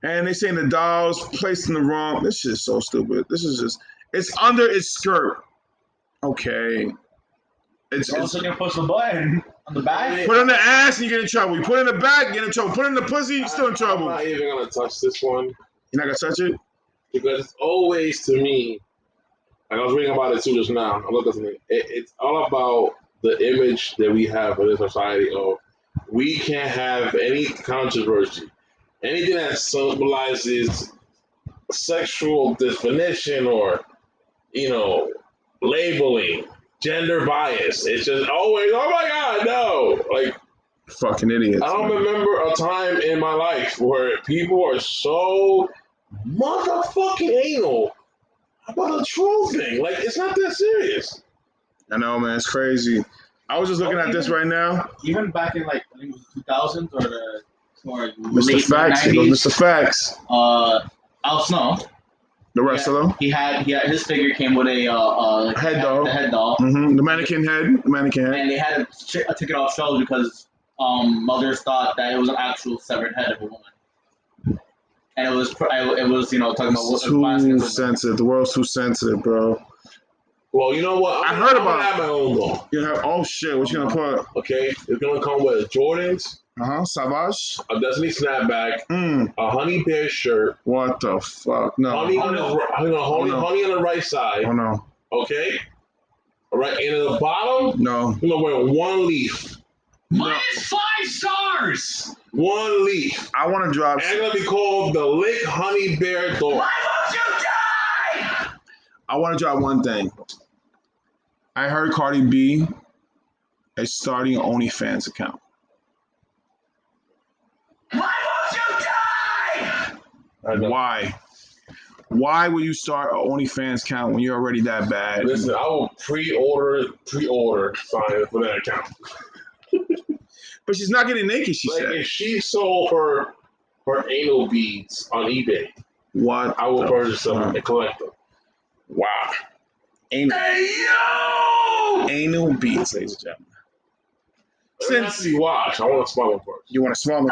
S1: And they saying the doll's placed in the wrong. This shit is so stupid. This is just. It's under its skirt. Okay. It's, it's
S3: You're also gonna push the button on the back.
S1: Put it in the ass and you get in trouble. You put it in the back, you get in trouble. Put it in the pussy, you're still in trouble.
S2: I'm not even gonna touch this one
S1: You're not gonna touch it?
S2: because it's always to me. Like I was reading about it too just now. I looked at something. It, it's all about the image that we have in this society of we can't have any controversy, anything that symbolizes sexual definition or you know labeling, gender bias. It's just always oh my god no like.
S1: Fucking idiots.
S2: I don't remember a time in my life where people are so motherfucking anal about a troll thing. Like it's not that serious.
S1: I know, man. It's crazy. I was just looking at this right now.
S3: Even back in like I think it was 2000s or the or
S1: Mr.
S3: late
S1: Facts. Here goes
S3: 90s,
S1: Mr. Facts.
S3: uh, Al Snow.
S1: The rest of them.
S3: He had he had his figure came with a uh, uh
S1: Head doll.
S3: a head doll,
S1: hmm The mannequin head. The mannequin head.
S3: and they had to ch- took it off shelves because um mothers thought that it was an actual severed head of a woman, and it was pr- I- it was you know talking about
S1: It's
S3: what
S1: too sensitive. The world's too sensitive, bro.
S2: Well, you know what?
S1: I heard
S2: I'm
S1: about
S2: gonna have my own though.
S1: You have oh shit. What you gonna put?
S2: Okay, it's gonna come with Jordans,
S1: Uh huh. Savage.
S2: a Destiny snapback,
S1: Mm.
S2: a honey bear shirt,
S1: What the fuck? No.
S2: honey on the ri- honey, honey,
S1: no.
S2: honey on the right side.
S1: Oh no.
S2: Okay, all right, and at the bottom,
S1: No.
S2: you're gonna wear one leaf,
S1: Mine's
S3: five stars.
S2: one leaf,
S1: I want to drop.
S2: and it's gonna be called the Lick Honey Bear Door.
S1: I want to drop one thing. I heard Cardi B is starting an OnlyFans account.
S2: I know.
S1: Why? Why would you start an OnlyFans account when you're already that bad?
S2: Listen, I will pre-order, pre-order sign for that account.
S1: But she's not getting naked, she
S2: Like
S1: said.
S2: if she sold her her anal beads on eBay,
S1: What?
S2: I will
S1: the
S2: purchase them
S1: fuck?
S2: and collect them.
S1: Wow. Anal, anal beats, ladies and gentlemen. Since-
S2: Since you watch, I want to smell them first.
S1: You want to smell it?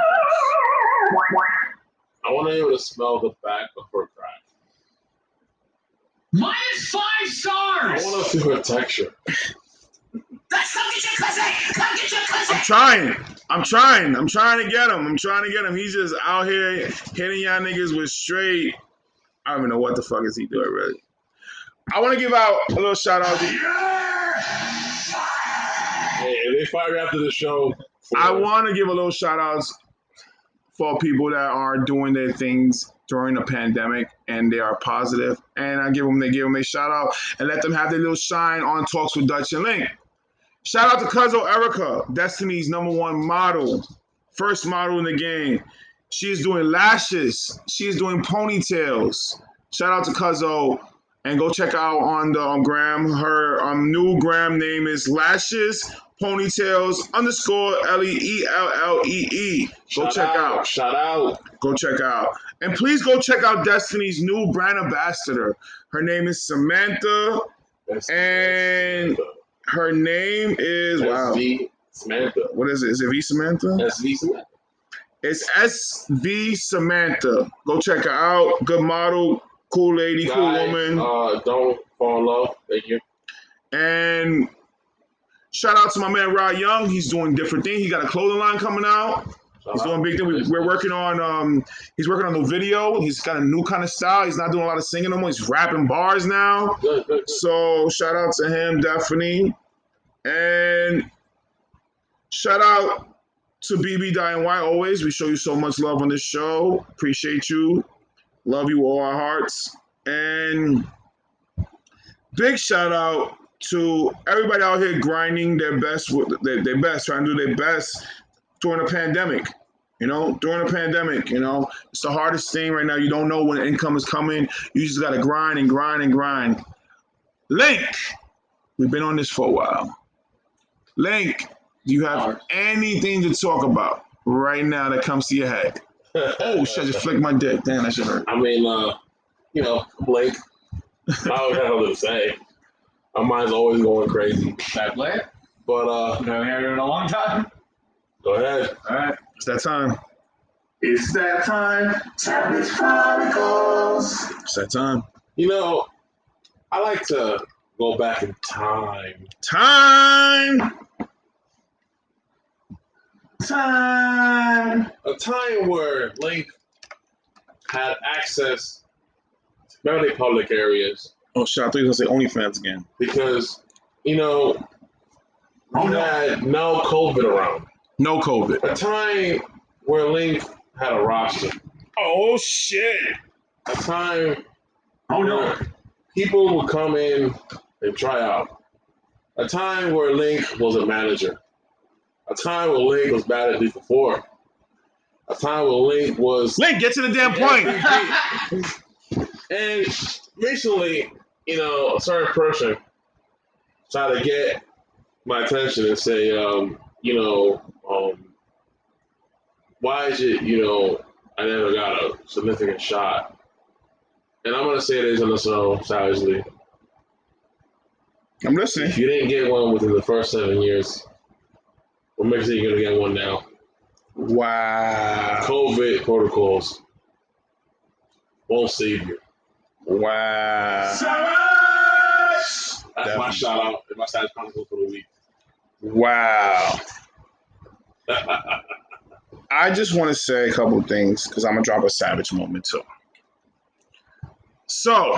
S2: I want to be able to smell the back of her crack.
S3: Minus five
S2: I
S3: stars.
S2: want to feel her texture.
S1: I'm trying. I'm trying. I'm trying to get him. I'm trying to get him. He's just out here hitting y'all niggas with straight. I don't even know what the fuck is he doing, really. I want to give out a little shout out to
S2: Hey, if they fire after the show, for-
S1: I want to give a little shout outs for people that are doing their things during the pandemic and they are positive. And I give them, they give them a shout out and let them have their little shine on Talks with Dutch and Link. Shout out to Cuzzo Erica, Destiny's number one model, first model in the game. She is doing lashes. She is doing ponytails. Shout out to Cuzzo. And go check her out on the um, gram. Her um, new gram name is Lashes Ponytails underscore L E E L L E E. Go
S2: Shout
S1: check out.
S2: Shout out.
S1: Go check out. And please go check out Destiny's new brand ambassador. Her name is Samantha.
S2: That's-
S1: And her name is,
S2: that's
S1: wow,
S2: V Samantha.
S1: what is it? Is it V Samantha?
S2: That's V Samantha.
S1: It's SV Samantha. Go check her out. Good model, cool lady, cool
S2: Guys,
S1: woman.
S2: Uh, don't fall in love. Thank you.
S1: And shout out to my man Rod Young. He's doing different things. He got a clothing line coming out.
S2: Shout
S1: He's
S2: out.
S1: doing big thing.
S2: Uh,
S1: We, we're working on. Um, he's working on a new video. He's got a new kind of style. He's not doing a lot of singing no more. He's rapping bars now.
S2: Good, good, good.
S1: So shout out to him, Daphne, and shout out to BB Dying White. Always, we show you so much love on this show. Appreciate you. Love you with all our hearts. And big shout out to everybody out here grinding their best, with their, their best, trying to do their best during a pandemic. You know, during a pandemic, you know, it's the hardest thing right now. You don't know when income is coming. You just got to grind and grind and grind. Link, we've been on this for a while. Link, do you have anything to talk about right now that comes to your head? Oh, shit, I just flicked my dick. Damn, that shit hurt.
S2: I mean, uh, you know, Blake. I don't know what to say. My mind's always going crazy.
S3: Should I play it?
S2: But uh,
S3: I've been here in a long time.
S2: go ahead.
S3: All right.
S1: It's that time.
S3: It's that time. Time is chronicles.
S1: It's that time.
S2: You know, I like to go back in time.
S1: Time.
S3: Time.
S2: A time where Link had access to many public areas
S1: Oh, shit, I thought you were going to say OnlyFans again.
S2: because, you know,
S3: Oh,
S2: you
S3: no.
S2: had no COVID around.
S1: No COVID.
S2: A time where Link had a roster.
S1: Oh, shit.
S2: A time
S3: Oh
S2: you
S3: no.
S2: know, people would come in and try out. A time where Link was a manager. A time where Link was bad at D4. A time where Link was
S1: Link, get to the damn point.
S2: and recently, you know, a certain person tried to get my attention and say, um, you know, um, why is it, you know, I never got a significant shot? And I'm gonna say this on the show, savagely.
S1: I'm listening.
S2: If you didn't get one within the first seven years, what makes it you're gonna get one now?
S1: Wow.
S2: COVID protocols won't save you.
S1: Wow.
S3: Savage.
S2: That's my shout out and my side chronicle for the week.
S1: Wow. I just want to say a couple of things because I'm gonna drop a savage moment too. So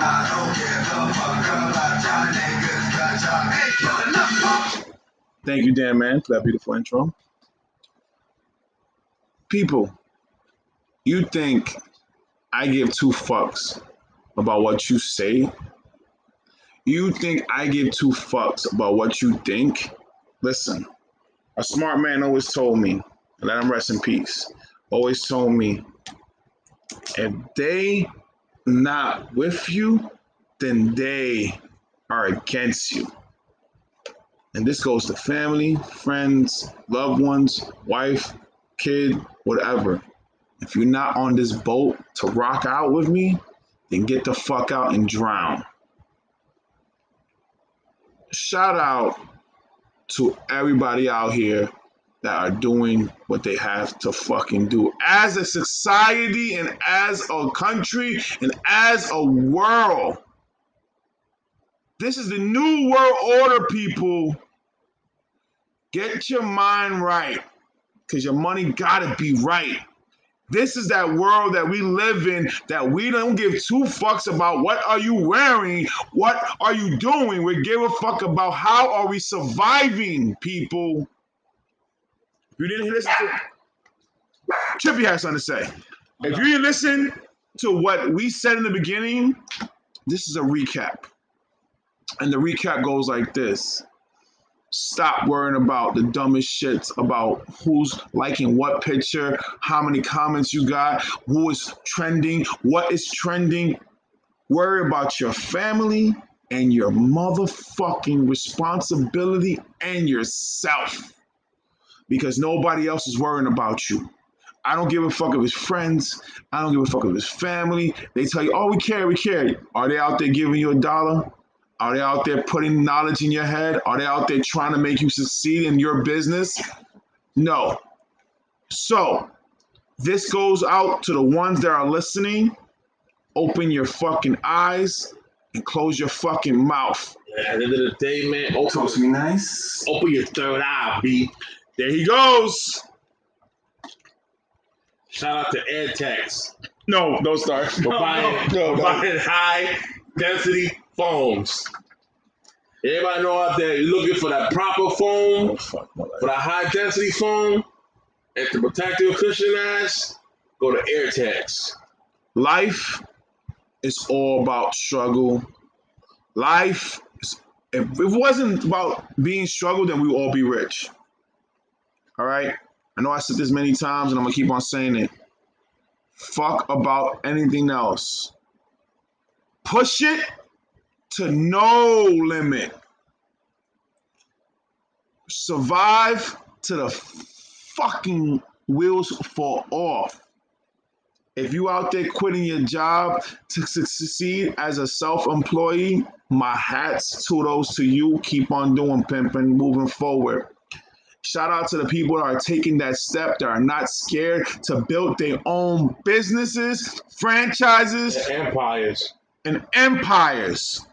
S1: Thank you, Dan Man, for that beautiful intro. People, you think I give two fucks about what you say? You think I give two fucks about what you think? Listen, a smart man always told me, and let him rest in peace, always told me, if they not with you, then they are against you. And this goes to family, friends, loved ones, wife, kid, whatever. If you're not on this boat to rock out with me, then get the fuck out and drown. Shout out to everybody out here that are doing what they have to fucking do as a society and as a country and as a world. This is the new world order, people. Get your mind right because your money gotta be right. This is that world that we live in that we don't give two fucks about what are you wearing, what are you doing. We give a fuck about how are we surviving, people. If you didn't listen to Trippy has something to say. If you didn't listen to what we said in the beginning, this is a recap. And the recap goes like this. Stop worrying about the dumbest shit about who's liking what picture, how many comments you got, who is trending, what is trending. Worry about your family and your motherfucking responsibility and yourself because nobody else is worrying about you. I don't give a fuck if it's friends. I don't give a fuck if it's family. They tell you, oh, we care, we care. Are they out there giving you a dollar? Are they out there putting knowledge in your head? Are they out there trying to make you succeed in your business? No. So, this goes out to the ones that are listening. Open your fucking eyes and close your fucking mouth.
S2: At the end of the day, man, open,
S3: Talk to me nice.
S2: open your third eye, B.
S1: There he goes.
S2: Shout out to EdTechs
S1: No, don't start.
S2: for buying,
S1: no,
S2: for
S1: no.
S2: buying high density phones. Everybody know out there, you're looking for that proper phone, for that high density phone, and to protect your cushion ass, go to AirTags.
S1: Life is all about struggle. Life, is, if it wasn't about being struggled, then we would all be rich. All right? I know I said this many times and I'm going to keep on saying it. Fuck about anything else. Push it to no limit. Survive to the fucking wheels fall off. If you out there quitting your job to succeed as a self-employee, my hats, kudos to you. Keep on doing pimping, moving forward. Shout out to the people that are taking that step, that are not scared to build their own businesses, franchises,
S2: The empires.
S1: and empires.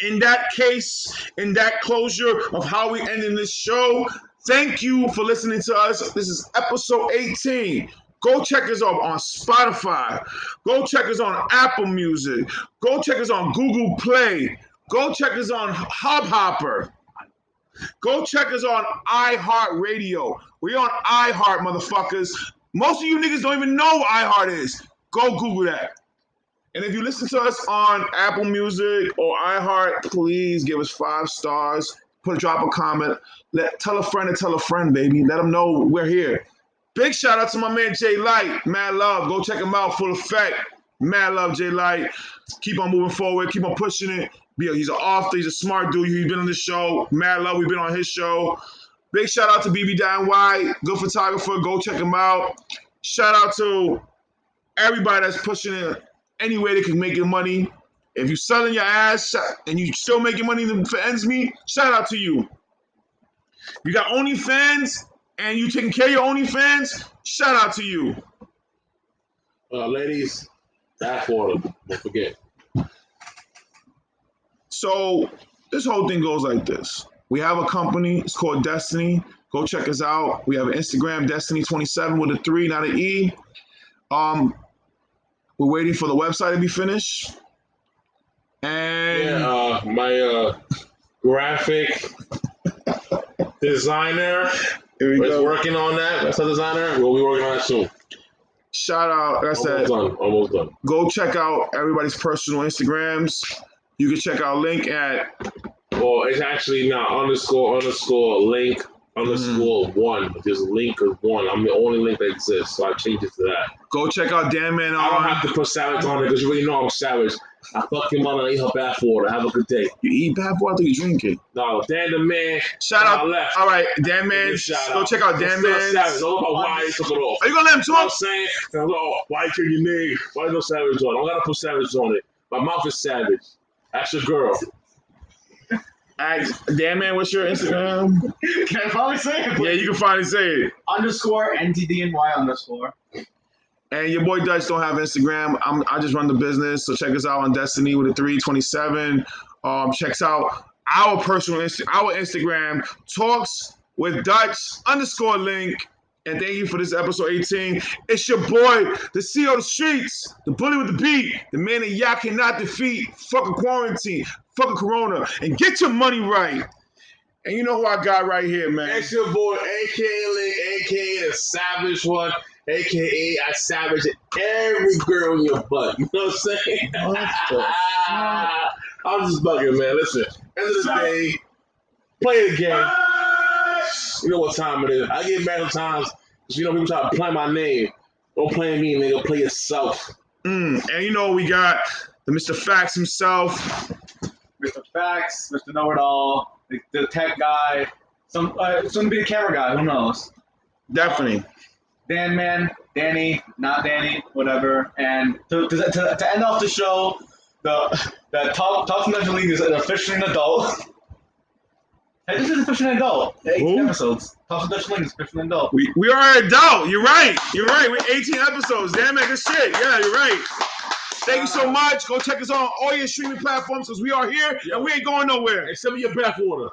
S1: In that case, in that closure of how we end in this show, thank you for listening to us. This is episode 18. Go check us out on Spotify. Go check us on Apple Music. Go check us on Google Play. Go check us on Hopper. Go check us on iHeartRadio. We're on iHeart, motherfuckers. Most of you niggas don't even know what iHeart is. Go Google that. And if you listen to us on Apple Music or iHeart, please give us five stars. Put a drop a comment. Let tell a friend and tell a friend, baby. Let them know we're here. Big shout out to my man Jay Light, Mad Love. Go check him out. Full effect, Mad Love Jay Light. Keep on moving forward. Keep on pushing it. Be- He's an author. He's a smart dude. He's been on this show. Mad Love. We've been on his show. Big shout out to BB Dine White, good photographer. Go check him out. Shout out to everybody that's pushing it any way they can make your money. If you selling your ass sh- and you still making money for ends meet, shout out to you. You got OnlyFans and you taking care of your OnlyFans, shout out to you.
S2: Uh, ladies, that's water. Don't forget.
S1: So this whole thing goes like this. We have a company, it's called Destiny. Go check us out. We have an Instagram, Destiny27 with a three, not an E. Um, we're waiting for the website to be finished. And
S2: Yeah, uh, my uh, graphic designer
S1: here we
S2: is
S1: go.
S2: working on that. That's a designer. We'll be working on that soon.
S1: Shout out, like I
S2: Almost
S1: said,
S2: done. Almost done.
S1: go check out everybody's personal Instagrams. You can check our link at
S2: Well, it's actually not underscore underscore link underscore one. Just link is one. I'm the only link that exists, so I changed it to that.
S1: go check out Dan Man
S2: I don't
S1: on.
S2: have to put savage on it because you already know I'm savage. I fuck your mother. I eat her bath water. Have a good day.
S1: You eat bad boy, I think you drink it.
S2: No, Dan the man.
S1: Shout
S2: I
S1: out,
S2: left.
S1: all right, Dan Man.
S2: Good shout
S1: Go
S2: out.
S1: check out
S2: I'm
S1: Dan
S2: still
S1: Man.
S2: Savage. I don't know why he took it off.
S1: Are you gonna let him
S2: You know what I'm
S1: talk?
S2: saying? And I'm like, oh, why can you name? Why no savage on? it? I don't gotta put savage on it. My mouth is savage. That's your girl.
S1: Ask Dan Man, what's your Instagram?
S3: Can I finally say it?
S1: yeah, you can finally say it.
S3: Underscore NDDNY underscore.
S1: And your boy Dutch don't have Instagram. I'm, I just run the business. So check us out on Destiny with a 327. Um, checks out our personal Inst- our Instagram talks with Dutch underscore link. And thank you for this episode 18. It's your boy, the CEO of the streets, the bully with the beat, the man that y'all cannot defeat. Fuck a quarantine, fuck a corona, and get your money right. And you know who I got right here, man.
S2: It's your boy, aka Link, aka the Savage One, aka I savage every girl in your butt. You know what I'm saying?
S1: What the fuck?
S2: I'm just bugging, man. Listen, end of the day, Play the game. You know what time it is. I get mad sometimes because you know people try to play my name. Don't play me, nigga. Play yourself.
S1: Mm, and you know we got the Mr. Facts himself.
S3: Mr. Facts, Mr. Know It All, the, the tech guy, some uh, soon to be the camera guy. Who knows?
S1: Definitely.
S3: Dan Man, Danny, not Danny, whatever. And to, to, to, to end off the show, the the talk talk mental league is an officially an adult. Hey, this is officially an adult. Eight
S1: Who?
S3: episodes. Talk mental league is officially an adult.
S1: We, we are adult. You're right. You're right. We're 18 episodes. Damn it, good shit. Yeah, you're right. Thank you so much. Go check us out on all your streaming platforms because we are here and we ain't going nowhere.
S2: Except for your back water.